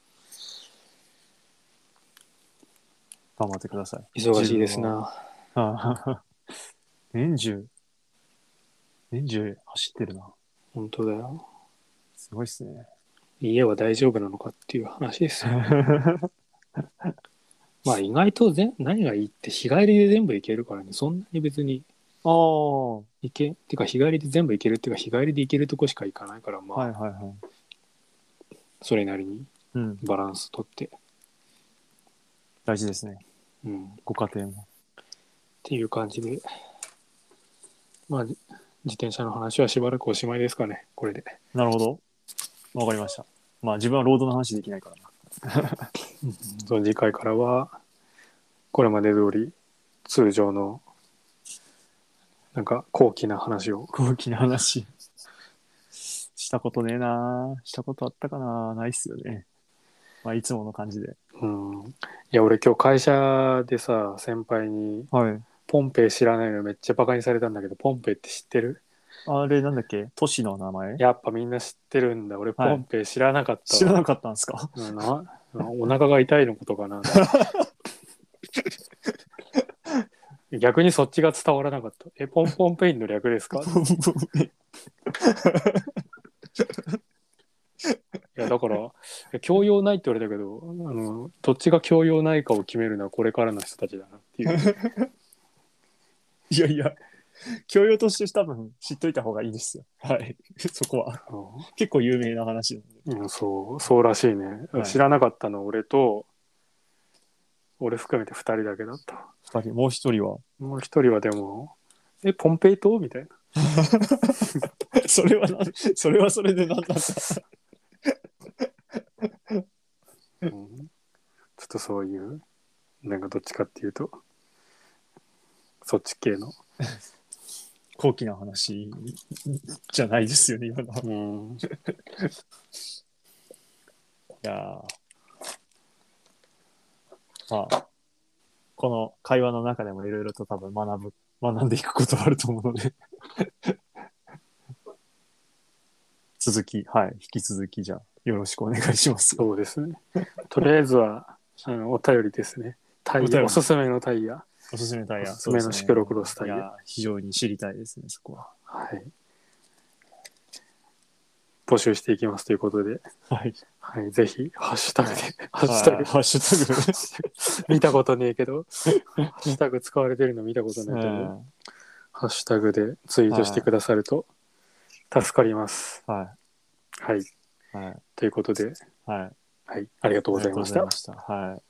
頑張ってください。 忙しいですな、あ。年中、年中走ってるな。本当だよすごいっすね。 家は大丈夫なのかっていう話ですよまあ意外とぜ何がいいって日帰りで全部行けるからねそんなに別にああ、は行けてか日帰りで全部行けるっていうか日帰りで行けるとこしか行かないからまいあ、はいはい。それなりにうん、バランスとって、大事ですね。うん、っご家庭も。ていう感じでまあじ自転車の話はしばらくおしまいですかねこれでなるほど。わかりました。まあ自分はロードの話できないからな。その次回からはこれまで通り通常のなんか高貴な話を高貴な話。したことねえなしたことあったかなないっすよね。まあいつもの感じで。うんいや俺今日会社でさ先輩にはい。 「ポンペイ知らないのめっちゃバカにされたんだけどポンペイって知ってるあれなんだっけ都市の名前やっぱみんな知ってるんだ俺ポはいンペイ知らなかった知わらなかったんですかうんなお腹が痛いのことか な逆にそっちが伝わらなかった「えポンポンペインの略ですか?」いやだからいや教養ないって言われたけどあのどっちが教養ないかを決めるのはこれからの人たちだなってい ういやいや、教養として多分知っといた方がいいですよ。はい。 そこは。あの結構有名な話なんで。うんそうそうらしいね、はい知らなかったの俺と俺含めて2人だけだった二人、もう一人は。 もう1人はでも「えポンペイ島?」みたいなそれはな、それはそれでなんだったうんちょっとそういうなんかどっちかっていうとそっち系の高貴な話じゃないですよね、今のは。いうんやーまあ、この会話の中でもいろいろと多分学ぶ、学んでいくことはあると思うので。 続き、はい、引き続きじゃあよろしくお願いします。そうですね。とりあえずは、あの、お便りですね。タおイ便ヤ、りおすすめのタイヤ。おすすめタイヤ。おすすめのそうですねシクロクロスタイヤいや、非常に知りたいですね、そこは。はい。募集していきますということで、はい。はい、ぜひ、ハッシュタグで、ハッシュタグ、 ハッシュタグ。見たことねえけど、ハッシュタグ使われてるの見たこと ないけど、ハッシュタグでツイートしてくださると助かります。はい。はい。はい。ということで、はい。はい、ありがとうございましたありがとうござい。ました。はい。